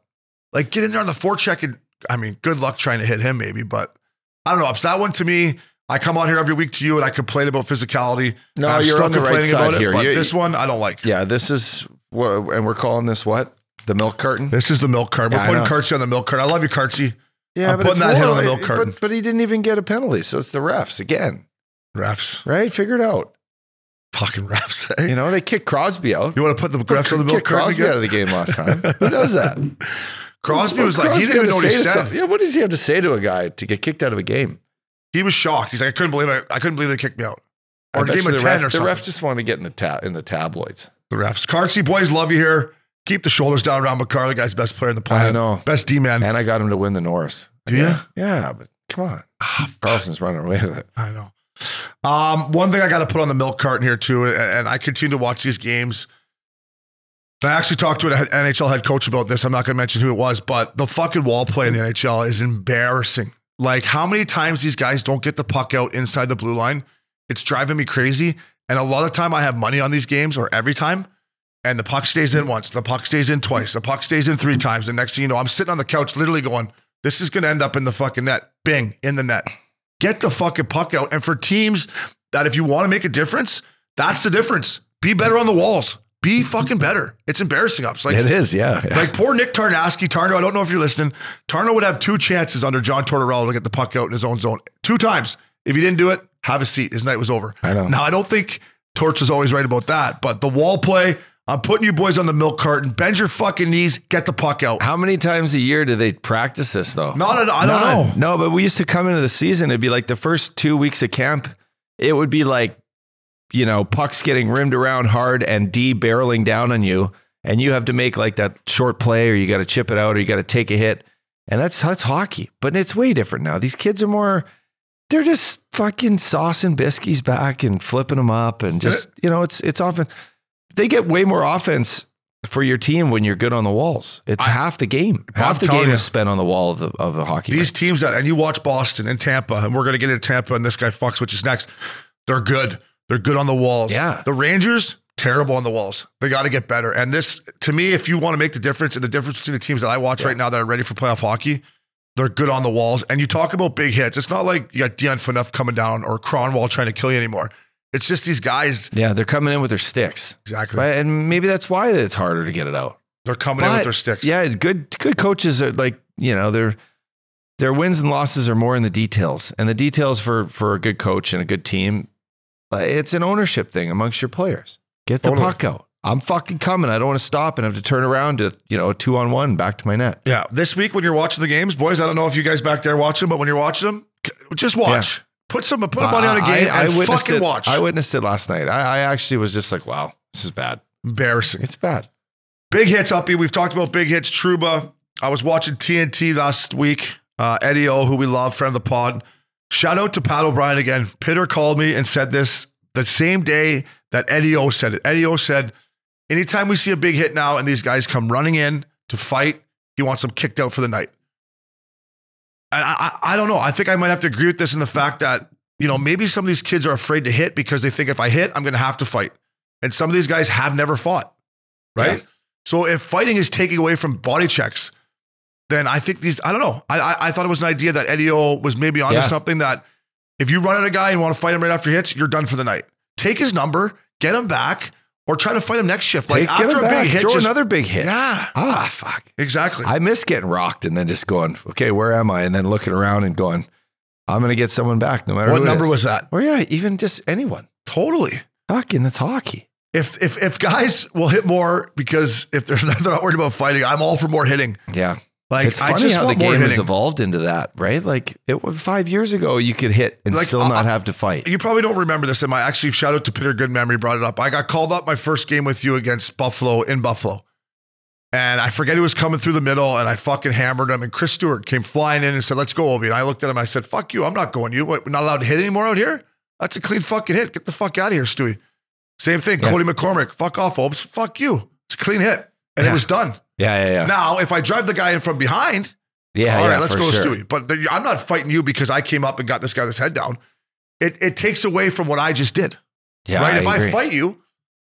Speaker 4: Like get in there on the forecheck and I mean, good luck trying to hit him maybe, but I don't know. It's that one to me. I come on here every week to you and I complain about physicality.
Speaker 1: No,
Speaker 4: and I'm
Speaker 1: you're
Speaker 4: still
Speaker 1: on the right
Speaker 4: complaining
Speaker 1: side
Speaker 4: about
Speaker 1: here.
Speaker 4: It, but
Speaker 1: You're-
Speaker 4: this one I don't like.
Speaker 1: Yeah, this is what, and we're calling this what? The milk carton.
Speaker 4: This is the milk card. We're
Speaker 1: Yeah, I
Speaker 4: putting
Speaker 1: know.
Speaker 4: Kartsy on the milk card. I love you, Kartsy.
Speaker 1: Yeah,
Speaker 4: I'm putting that hit on the
Speaker 1: more-
Speaker 4: milk carton.
Speaker 1: But, but he didn't even get a penalty, so it's the refs again,
Speaker 4: Refs.
Speaker 1: right? Figure it out.
Speaker 4: Fucking refs. eh?
Speaker 1: You know, they kicked Crosby out.
Speaker 4: You want to put the refs on the milk
Speaker 1: kicked
Speaker 4: card?
Speaker 1: Crosby
Speaker 4: again?
Speaker 1: out of the game last time. Who does that?
Speaker 4: Crosby was like,
Speaker 1: Crosby
Speaker 4: he didn't even
Speaker 1: had
Speaker 4: know what
Speaker 1: to
Speaker 4: he
Speaker 1: say to
Speaker 4: said.
Speaker 1: some- Yeah, what does he have to say to a guy to get kicked out of a game?
Speaker 4: He was shocked. He's like, I couldn't believe it. I couldn't believe they kicked me out.
Speaker 1: I
Speaker 4: Or
Speaker 1: bet
Speaker 4: gave
Speaker 1: you
Speaker 4: him a
Speaker 1: the
Speaker 4: 10
Speaker 1: ref,
Speaker 4: or
Speaker 1: The
Speaker 4: something.
Speaker 1: ref just wanted to get in the ta- in the tabloids.
Speaker 4: the refs. Cartsy boys, love you here. Keep the shoulders down around McCarr, the guy's best player in the planet.
Speaker 1: I know.
Speaker 4: Best D man.
Speaker 1: And I got him to win the Norris.
Speaker 4: Mm. Do ya?
Speaker 1: Yeah, but come on.
Speaker 4: Ah,
Speaker 1: Carlson's running away with it.
Speaker 4: I know. Um, one thing I got to put on the milk carton here too, and, and I continue to watch these games. I actually talked to an NHL head coach about this. I'm not going to mention who it was, but the fucking wall play in the NHL is embarrassing. Like how many times these guys don't get the puck out inside the blue line? It's driving me crazy. And a lot of time I have money on these games, or every time, and the puck stays in once, the puck stays in twice, the puck stays in three times. The next thing you know, I'm sitting on the couch, literally going, "This is going to end up in the fucking net." Bing in the net get the fucking puck out. And for teams that if you want to make a difference, that's the difference. Be better on the walls. Be fucking better. It's embarrassing ups. Like
Speaker 1: it is, yeah.
Speaker 4: like poor Nick Tarnowski. Tarno, I don't know if you're listening. Tarno would have two chances under John Tortorella to get the puck out in his own zone. Two times. If he didn't do it, have a seat. His night was over.
Speaker 1: I know.
Speaker 4: Now I don't think Torch was always right about that, but the wall play. I'm putting you boys on the milk carton. Bend your fucking knees. Get the puck out.
Speaker 1: How many times a year do they practice this though?
Speaker 4: Not at, I don't know.
Speaker 1: None. No, but we used to come into the season. It'd be like the first two weeks of camp. It would be like, you know, pucks getting rimmed around hard and D barreling down on you, and you have to make like that short play, or you got to chip it out, or you got to take a hit, and that's that's hockey. But it's way different now. These kids are more. They're just fucking saucing biscuits back and flipping them up, and just you know, it's it's often they get way more offense for your team when you're good on the walls. It's half the game. Half the
Speaker 4: telling
Speaker 1: game
Speaker 4: you.
Speaker 1: is spent on the wall of the of the hockey.
Speaker 4: These
Speaker 1: rink.
Speaker 4: teams that, and you watch Boston and Tampa, and we're going to get into Tampa and this guy fucks, which is next. They're good. They're good on the walls.
Speaker 1: Yeah.
Speaker 4: The Rangers, terrible on the walls. They got to get better. And this, to me, if you want to make the difference and the difference between the teams that I watch right now that are ready for playoff hockey, They're good on the walls. And you talk about big hits. It's not like you got Dion Phaneuf coming down or Cronwall trying to kill you anymore. It's just these guys.
Speaker 1: Yeah, they're coming in with their sticks.
Speaker 4: Exactly.
Speaker 1: Right? And maybe that's why it's harder to get it out.
Speaker 4: They're coming in with
Speaker 1: But,
Speaker 4: their sticks.
Speaker 1: Yeah, good good coaches are like, you know, their their wins and losses are more in the details. And the details for for a good coach and a good team, uh, it's an ownership thing amongst your players. Get the
Speaker 4: Totally.
Speaker 1: puck out. I'm fucking coming. I don't want to stop and have to turn around to, you know, a two on one back to my net.
Speaker 4: Yeah. This week when you're watching the games, boys, I don't know if you guys back there watch them, but when you're watching them, c- just watch. Put some put money on a game and
Speaker 1: Uh, witnessed
Speaker 4: fucking
Speaker 1: it,
Speaker 4: watch.
Speaker 1: I witnessed it last night. I, I actually was just like, wow, this is bad.
Speaker 4: Embarrassing.
Speaker 1: It's bad.
Speaker 4: Big hits, Uppy. We've talked about big hits. Truba. I was watching TNT last week. Uh, Eddie O, who we love, friend of the pod. Shout out to Pat O'Brien again. Pitter called me and said this the same day that Eddie O said it. Eddie O said, anytime we see a big hit now and these guys come running in to fight, he wants them kicked out for the night. And I, I, I don't know. I think I might have to agree with this in the fact that, you know, maybe some of these kids are afraid to hit because they think if I hit, I'm going to have to fight. And some of these guys have never fought, right?
Speaker 1: Yeah.
Speaker 4: So if fighting is taking away from body checks, then I think these, I don't know. I, I, I thought it was an idea that Eddie O was maybe onto
Speaker 1: Yeah.
Speaker 4: something that if you run at a guy and want to fight him right after he hits, you're done for the night. Take his number, get him back, or try to fight him next shift. Like
Speaker 1: Take- get
Speaker 4: after
Speaker 1: it
Speaker 4: a
Speaker 1: back.
Speaker 4: big hit,
Speaker 1: throw
Speaker 4: just-
Speaker 1: another big hit.
Speaker 4: Yeah,
Speaker 1: Ah, fuck.
Speaker 4: exactly.
Speaker 1: I miss getting rocked and then just going, okay, where am I? And then looking around and going, I'm going to get someone back no matter
Speaker 4: what
Speaker 1: who it
Speaker 4: number
Speaker 1: is.
Speaker 4: was that?
Speaker 1: Or yeah, even just anyone.
Speaker 4: Totally.
Speaker 1: Fucking, that's hockey.
Speaker 4: If if if guys will hit more because if they're not, they're not worried about fighting, I'm all for more hitting.
Speaker 1: Yeah.
Speaker 4: Like
Speaker 1: it's
Speaker 4: I
Speaker 1: funny
Speaker 4: just
Speaker 1: how the
Speaker 4: want more
Speaker 1: game has
Speaker 4: hitting.
Speaker 1: evolved into that, right? Like it was five years ago, you could hit and
Speaker 4: Like,
Speaker 1: still
Speaker 4: uh,
Speaker 1: not have to fight.
Speaker 4: You probably don't remember this. And my actually shout out to Peter Good Memory brought it up. I got called up my first game with you against Buffalo in Buffalo. And I forget who was coming through the middle, and I fucking hammered him. And Chris Stewart came flying in and said, Let's go, Obi. And I looked at him, I said, Fuck you, I'm not going you. What, we're not allowed to hit anymore out here? That's a clean fucking hit. Get the fuck out of here, Stewie. Same thing,
Speaker 1: Yeah.
Speaker 4: Cody McCormick. Fuck off, Obes. Fuck you. It's a clean hit. And it
Speaker 1: Yeah.
Speaker 4: was done.
Speaker 1: yeah, yeah, yeah.
Speaker 4: Now, if I drive the guy in from behind,
Speaker 1: yeah,
Speaker 4: all right,
Speaker 1: yeah,
Speaker 4: let's
Speaker 1: for
Speaker 4: go,
Speaker 1: sure.
Speaker 4: Stewie. But the, I'm not fighting you because I came up and got this guy with his head down. It it takes away from what I just did,
Speaker 1: Yeah,
Speaker 4: right? if I
Speaker 1: agree.
Speaker 4: fight you,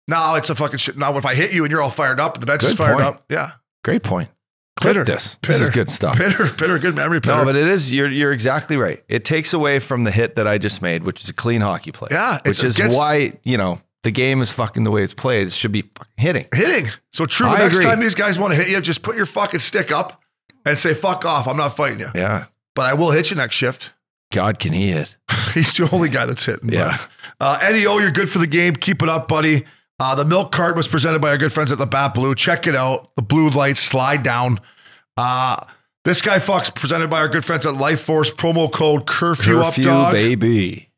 Speaker 4: now it's a fucking shit. Now if I hit you and you're all fired up, the bench is
Speaker 1: Good
Speaker 4: fired
Speaker 1: point.
Speaker 4: up. Yeah,
Speaker 1: Great point. Clip
Speaker 4: Pitter.
Speaker 1: this. This is
Speaker 4: Pitter.
Speaker 1: good stuff.
Speaker 4: bitter, bitter, good memory, bitter.
Speaker 1: No, but it is. You're you're exactly right. It takes away from the hit that I just made, which is a clean hockey play.
Speaker 4: Yeah, it's-
Speaker 1: which is
Speaker 4: it gets-
Speaker 1: why you know the game is fucking the way it's played. It should be fucking hitting.
Speaker 4: hitting. So true.
Speaker 1: I
Speaker 4: next
Speaker 1: agree.
Speaker 4: time these guys want to hit you, just put your fucking stick up and say "fuck off." I'm not fighting you,
Speaker 1: Yeah,
Speaker 4: but I will hit you next shift.
Speaker 1: God can he hit?
Speaker 4: He's the only guy that's hitting. bud.
Speaker 1: Yeah.
Speaker 4: Uh, Eddie O, you're good for the game. Keep it up, buddy. Uh, the milk card was presented by our good friends at the Bat Blue. Check it out. The blue lights slide down. Uh, this guy fucks presented by our good friends at Life Force. Promo code curfew, up, dog.
Speaker 1: baby.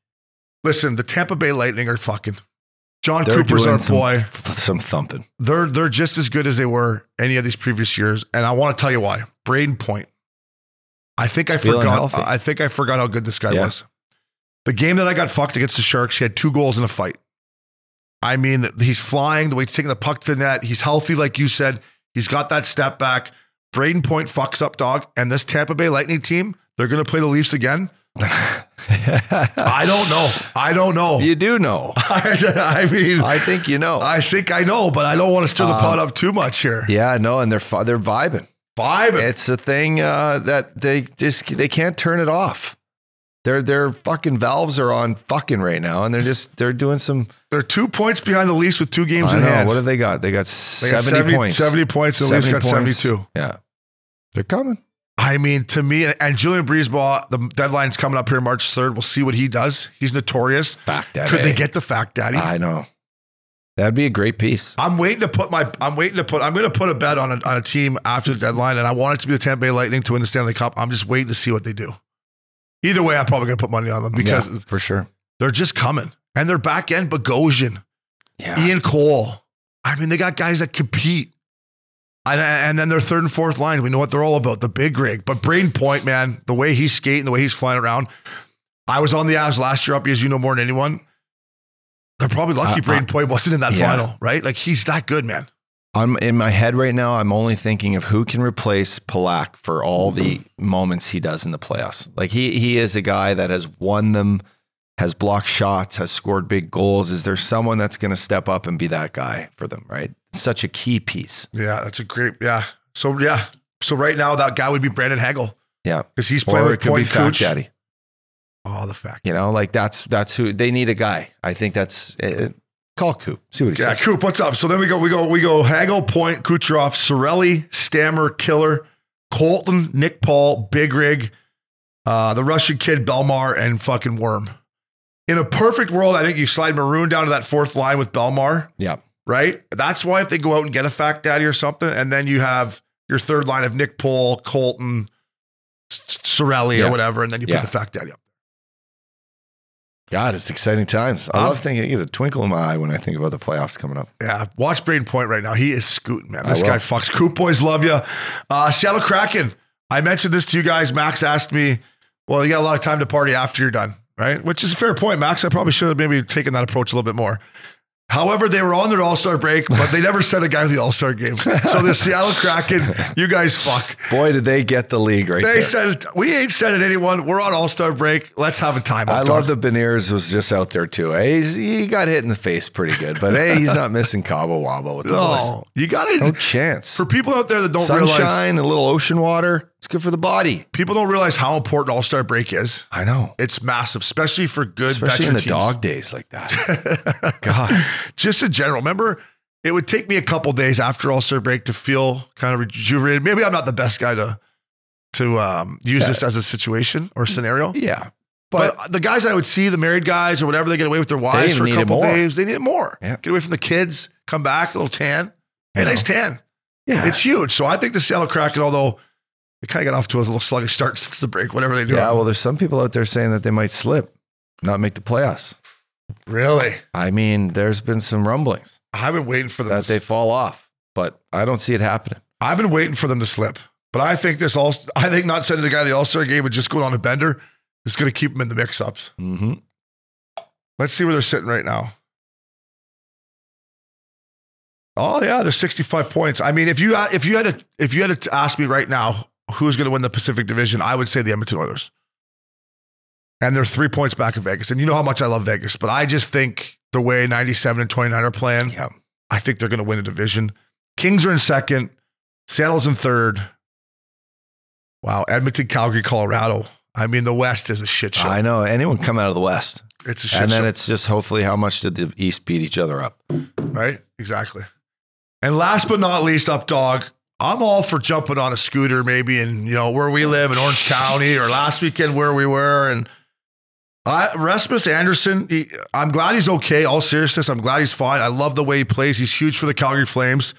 Speaker 4: Listen, the Tampa Bay Lightning are fucking. John
Speaker 1: They're
Speaker 4: Cooper's
Speaker 1: doing
Speaker 4: our
Speaker 1: some,
Speaker 4: boy.
Speaker 1: th- some thumping.
Speaker 4: They're they're just as good as they were any of these previous years, and I want to tell you why. Braden Point. I think
Speaker 1: He's
Speaker 4: I
Speaker 1: feeling
Speaker 4: forgot.
Speaker 1: healthy.
Speaker 4: I think I forgot how good this guy
Speaker 1: Yeah.
Speaker 4: was. The game that I got fucked against the Sharks, he had two goals in a fight. I mean, he's flying the way he's taking the puck to the net. He's healthy, like you said. He's got that step back. Braden Point fucks up, dog. And this Tampa Bay Lightning team, they're going to play the Leafs again. I don't know. I don't know.
Speaker 1: You do know.
Speaker 4: I, mean,
Speaker 1: I think you know.
Speaker 4: I think I know, but I don't want to stir the
Speaker 1: Um,
Speaker 4: pot up too much here.
Speaker 1: yeah, no, and they're fi- they're vibing.
Speaker 4: Five.
Speaker 1: It's a thing uh, that they just they can't turn it off. Their their fucking valves are on fucking right now, and they're just they're doing some.
Speaker 4: They're two points behind the Leafs with two games
Speaker 1: I
Speaker 4: in
Speaker 1: don't know,
Speaker 4: hand.
Speaker 1: What have they got? They got
Speaker 4: They got
Speaker 1: seventy, points.
Speaker 4: 70 points. and The Leafs got 72.
Speaker 1: Yeah, they're coming.
Speaker 4: I mean, to me, and Julian Breezebaugh, the deadline's coming up here March 3rd. We'll see what he does. He's notorious.
Speaker 1: Fact, daddy.
Speaker 4: Could they get the fact, Daddy?
Speaker 1: I know. That'd be a great piece.
Speaker 4: I'm waiting to put my. I'm waiting to put. I'm going to put a bet on a, on a team after the deadline, and I want it to be the Tampa Bay Lightning to win the Stanley Cup. I'm just waiting to see what they do. Either way, I'm probably going to put money on them because
Speaker 1: Yeah, for sure.
Speaker 4: they're just coming, and their back end Bogosian,
Speaker 1: Yeah.
Speaker 4: Ian Cole. I mean, they got guys that compete. And, and then their third and fourth line, we know what they're all about, the big rig. But Brain Point, man, the way he's skating, the way he's flying around. I was on the Avs last year up, as you know more than anyone. They're probably lucky
Speaker 1: Uh,
Speaker 4: Brain
Speaker 1: uh,
Speaker 4: Point wasn't in that
Speaker 1: yeah.
Speaker 4: final, right? Like he's that good, man.
Speaker 1: I'm in my head right now. I'm only thinking of who can replace Palak for all the moments he does in the playoffs. Like he he is a guy that has won them, has blocked shots, has scored big goals. Is there someone that's going to step up and be that guy for them? Right, such a key piece.
Speaker 4: Yeah, that's a great yeah. So yeah. So right now that guy would be Brandon Hagel.
Speaker 1: Yeah.
Speaker 4: because he's playing
Speaker 1: Or
Speaker 4: with
Speaker 1: it could be
Speaker 4: point
Speaker 1: Fat
Speaker 4: coach.
Speaker 1: Daddy.
Speaker 4: Oh, the fact.
Speaker 1: You know, like that's that's who they need a guy. I think that's uh, call Coop. See what he
Speaker 4: Yeah,
Speaker 1: says.
Speaker 4: Coop, what's up? So then we go, we go, we go. Hagel, Point, Kucherov, Sorelli, Stammer, Killer, Colton, Nick Paul, Big Rig, uh, the Russian kid Belmar, and fucking Worm. In a perfect world, I think you slide Maroon down to that fourth line with Belmar,
Speaker 1: Yeah.
Speaker 4: right? That's why if they go out and get a fact daddy or something, and then you have your third line of Nick Paul, Colton, S- Sorelli,
Speaker 1: Yeah.
Speaker 4: or whatever, and then you
Speaker 1: Yeah.
Speaker 4: put the fact daddy up.
Speaker 1: God, it's exciting times. I
Speaker 4: Um,
Speaker 1: love thinking. I get a twinkle in my eye when I think about the playoffs coming up.
Speaker 4: Yeah, watch Braden Point right now. He is scooting, man.
Speaker 1: I
Speaker 4: This
Speaker 1: will.
Speaker 4: guy fucks. Coop boys love you. Uh, Seattle Kraken. I mentioned this to you guys. Max asked me, "Well, you got a lot of time to party after you're done, right?" Which is a fair point, Max. I probably should have maybe taken that approach a little bit more. However, they were on their All Star break, but they never sent a guy to the All Star game. So the Seattle Kraken, you guys fuck.
Speaker 1: Boy, did they get the league right
Speaker 4: They
Speaker 1: there.
Speaker 4: said we ain't sending anyone. We're on All Star break. Let's have a time.
Speaker 1: I love that Beniers was just out there too. eh? He's, he got hit in the face pretty good, but hey, he's not missing Cabo Wabo with the boys.
Speaker 4: No, you got
Speaker 1: No
Speaker 4: to
Speaker 1: chance.
Speaker 4: For people out there that don't realize,
Speaker 1: Sunshine, a little ocean water. It's good for the body.
Speaker 4: people don't realize how important All Star break is.
Speaker 1: I know.
Speaker 4: It's massive, especially for good
Speaker 1: Especially in
Speaker 4: veteran
Speaker 1: the
Speaker 4: teams.
Speaker 1: dog days like that. God.
Speaker 4: Just in general, remember, it would take me a couple days after All Star break to feel kind of rejuvenated. Maybe I'm not the best guy to to um, use this as a situation or scenario.
Speaker 1: Yeah.
Speaker 4: But,
Speaker 1: But,
Speaker 4: the guys I would see, the married guys or whatever, they get away with their wives
Speaker 1: even
Speaker 4: for a
Speaker 1: need
Speaker 4: couple
Speaker 1: more.
Speaker 4: days. They need more.
Speaker 1: Yeah.
Speaker 4: Get away from the kids, come back, a little tan.
Speaker 1: I
Speaker 4: Hey,
Speaker 1: know.
Speaker 4: nice tan.
Speaker 1: yeah.
Speaker 4: It's huge. So I think the Seattle Kraken, although it kind of got off to a little sluggish start since the break, whatever they do.
Speaker 1: yeah, well, there's some people out there saying that they might slip, not make the playoffs.
Speaker 4: really?
Speaker 1: I mean, there's been some rumblings
Speaker 4: I've been waiting for them
Speaker 1: that
Speaker 4: to
Speaker 1: they fall off, but I don't see it happening.
Speaker 4: I've been waiting for them to slip, but I think this all. I think not sending the guy to the All Star game and just going on a bender is going to keep them in the mix ups.
Speaker 1: Mm-hmm.
Speaker 4: Let's see where they're sitting right now. Oh yeah, they're sixty five points. I mean, if you if you had to if you had to ask me right now who's going to win the Pacific Division, I would say the Edmonton Oilers. And they're three points back of Vegas, and you know how much I love Vegas, but I just think the way ninety seven and twenty nine are playing,
Speaker 1: Yeah.
Speaker 4: I think they're going to win a division. Kings are in second. Seattle's in third. Wow. Edmonton, Calgary, Colorado. I mean, the West is a shit show.
Speaker 1: I know. Anyone come out of the West.
Speaker 4: it's a shit
Speaker 1: And
Speaker 4: show.
Speaker 1: then it's just hopefully how much did the East beat each other up?
Speaker 4: right? Exactly. And last but not least, up dog. I'm all for jumping on a scooter, maybe, and you know where we live in Orange County, or last weekend where we were, and I, Rasmus Anderson. He, I'm glad he's okay. All seriousness, I'm glad he's fine. I love the way he plays. He's huge for the Calgary Flames.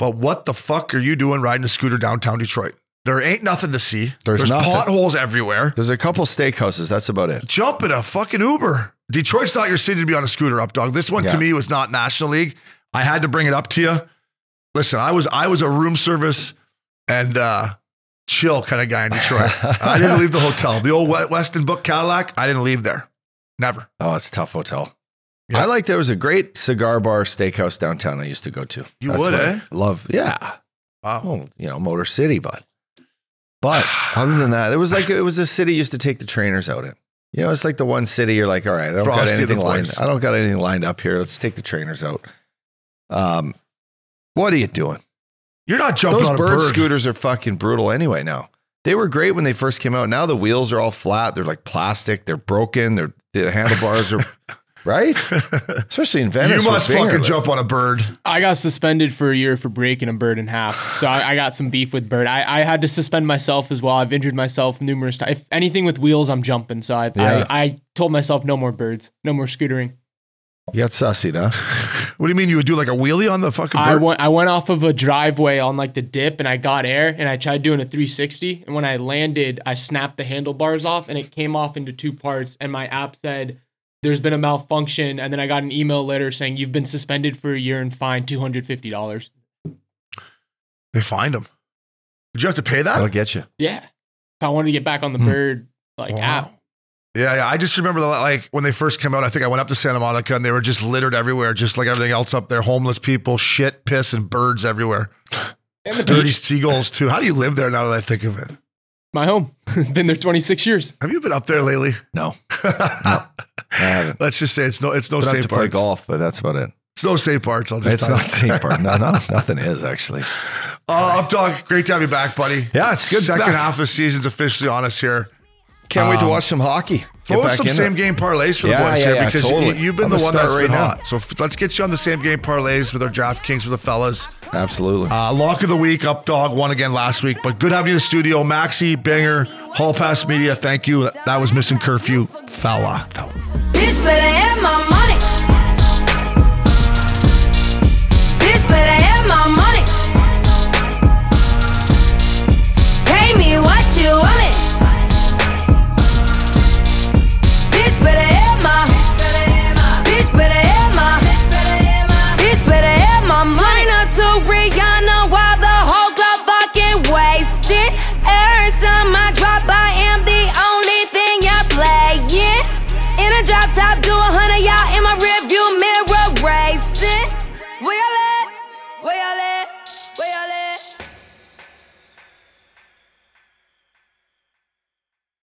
Speaker 4: But what the fuck are you doing riding a scooter downtown Detroit? There ain't nothing to see.
Speaker 1: There's nothing.
Speaker 4: potholes everywhere.
Speaker 1: There's a couple steakhouses. That's about it.
Speaker 4: Jump in a fucking Uber. Detroit's not your city to be on a scooter up, dog. This one to
Speaker 1: Yeah.
Speaker 4: me was not National League. I had to bring it up to you. Listen, I was I was a room service and uh, chill kind of guy in Detroit. I didn't leave the hotel. The old Wet- Weston Book Cadillac, I didn't leave there. Never.
Speaker 1: Oh, it's a tough hotel.
Speaker 4: Yeah.
Speaker 1: I like there was a great cigar bar steakhouse downtown I used to go to.
Speaker 4: You would,
Speaker 1: what I
Speaker 4: eh?
Speaker 1: Love, yeah.
Speaker 4: Wow.
Speaker 1: Oh, you know, Motor City, but but other than that, it was like it was a city you used to take the trainers out in. You know, it's like the one city you're like, all right, I don't got
Speaker 4: Frosty the
Speaker 1: anything lined.
Speaker 4: Boys.
Speaker 1: I don't got anything lined up here. Let's take the trainers out. Um, what are you doing?
Speaker 4: You're not jumping
Speaker 1: Those
Speaker 4: on a
Speaker 1: bird,
Speaker 4: bird.
Speaker 1: scooters are fucking brutal anyway now. They were great when they first came out. Now the wheels are all flat. They're like plastic. They're broken. They're, the handlebars are right. Especially in Venice.
Speaker 4: you
Speaker 1: with
Speaker 4: must fucking
Speaker 1: fingerless.
Speaker 4: jump on a bird.
Speaker 6: I got suspended for a year for breaking a bird in half. So I, I got some beef with bird. I, I had to suspend myself as well. I've injured myself numerous times. If anything with wheels, I'm jumping. So I,
Speaker 1: Yeah.
Speaker 6: I, I told myself no more birds, no more scootering.
Speaker 1: You got sussied, huh?
Speaker 4: What do you mean you would do like a wheelie on the fucking
Speaker 6: I
Speaker 4: bird?
Speaker 6: went, I went off of a driveway on like the dip and I got air and I tried doing a 360. And when I landed, I snapped the handlebars off and it came off into two parts. And my app said, there's been a malfunction. And then I got an email later saying, you've been suspended for a year and fined $250.
Speaker 4: they find him. Did you have to pay that?
Speaker 1: That'll get you.
Speaker 6: Yeah. If I wanted to get back on the
Speaker 1: Hmm.
Speaker 6: bird like
Speaker 4: Oh, Wow.
Speaker 6: app.
Speaker 4: Yeah, yeah. I just remember the, like when they first came out. I think I went up to Santa Monica and they were just littered everywhere, just like everything else up there. Homeless people, shit, piss, and birds everywhere.
Speaker 6: And the
Speaker 4: Dirty
Speaker 6: beach.
Speaker 4: seagulls too. How do you live there now that I think of it?
Speaker 6: My home. it's been there 26 years.
Speaker 4: Have you been up there lately?
Speaker 1: No, I haven't.
Speaker 4: Let's just say it's no, it's no
Speaker 1: Put up
Speaker 4: safe
Speaker 1: to play
Speaker 4: parts.
Speaker 1: golf, but that's about it.
Speaker 4: It's no safe parts. I'll just.
Speaker 1: It's
Speaker 4: tell
Speaker 1: not
Speaker 4: you.
Speaker 1: St. Bernard. No, no, nothing is actually.
Speaker 4: Uh, up dog, great to have you back, buddy.
Speaker 1: Yeah, it's good to be
Speaker 4: Second
Speaker 1: back.
Speaker 4: half of the season's officially on us here.
Speaker 1: Can't wait to watch some hockey.
Speaker 4: Throw in
Speaker 1: back
Speaker 4: Um, oh, some
Speaker 1: in
Speaker 4: same
Speaker 1: it.
Speaker 4: game parlays for the
Speaker 1: Yeah,
Speaker 4: boys
Speaker 1: yeah,
Speaker 4: here
Speaker 1: yeah,
Speaker 4: because you-
Speaker 1: totally.
Speaker 4: you, have been
Speaker 1: I'm
Speaker 4: the
Speaker 1: gonna
Speaker 4: one that's
Speaker 1: start
Speaker 4: been
Speaker 1: right now.
Speaker 4: hot. So f- let's get you on the same game parlays with our DraftKings with the fellas.
Speaker 1: Absolutely.
Speaker 4: Uh, lock of the week, up dog won again last week, but good having you in the studio. Maxi, Banger, Hall Pass Media, thank you. That was Missing Curfew, fella. fella.
Speaker 3: Bitch better have my money. Bitch better have my money.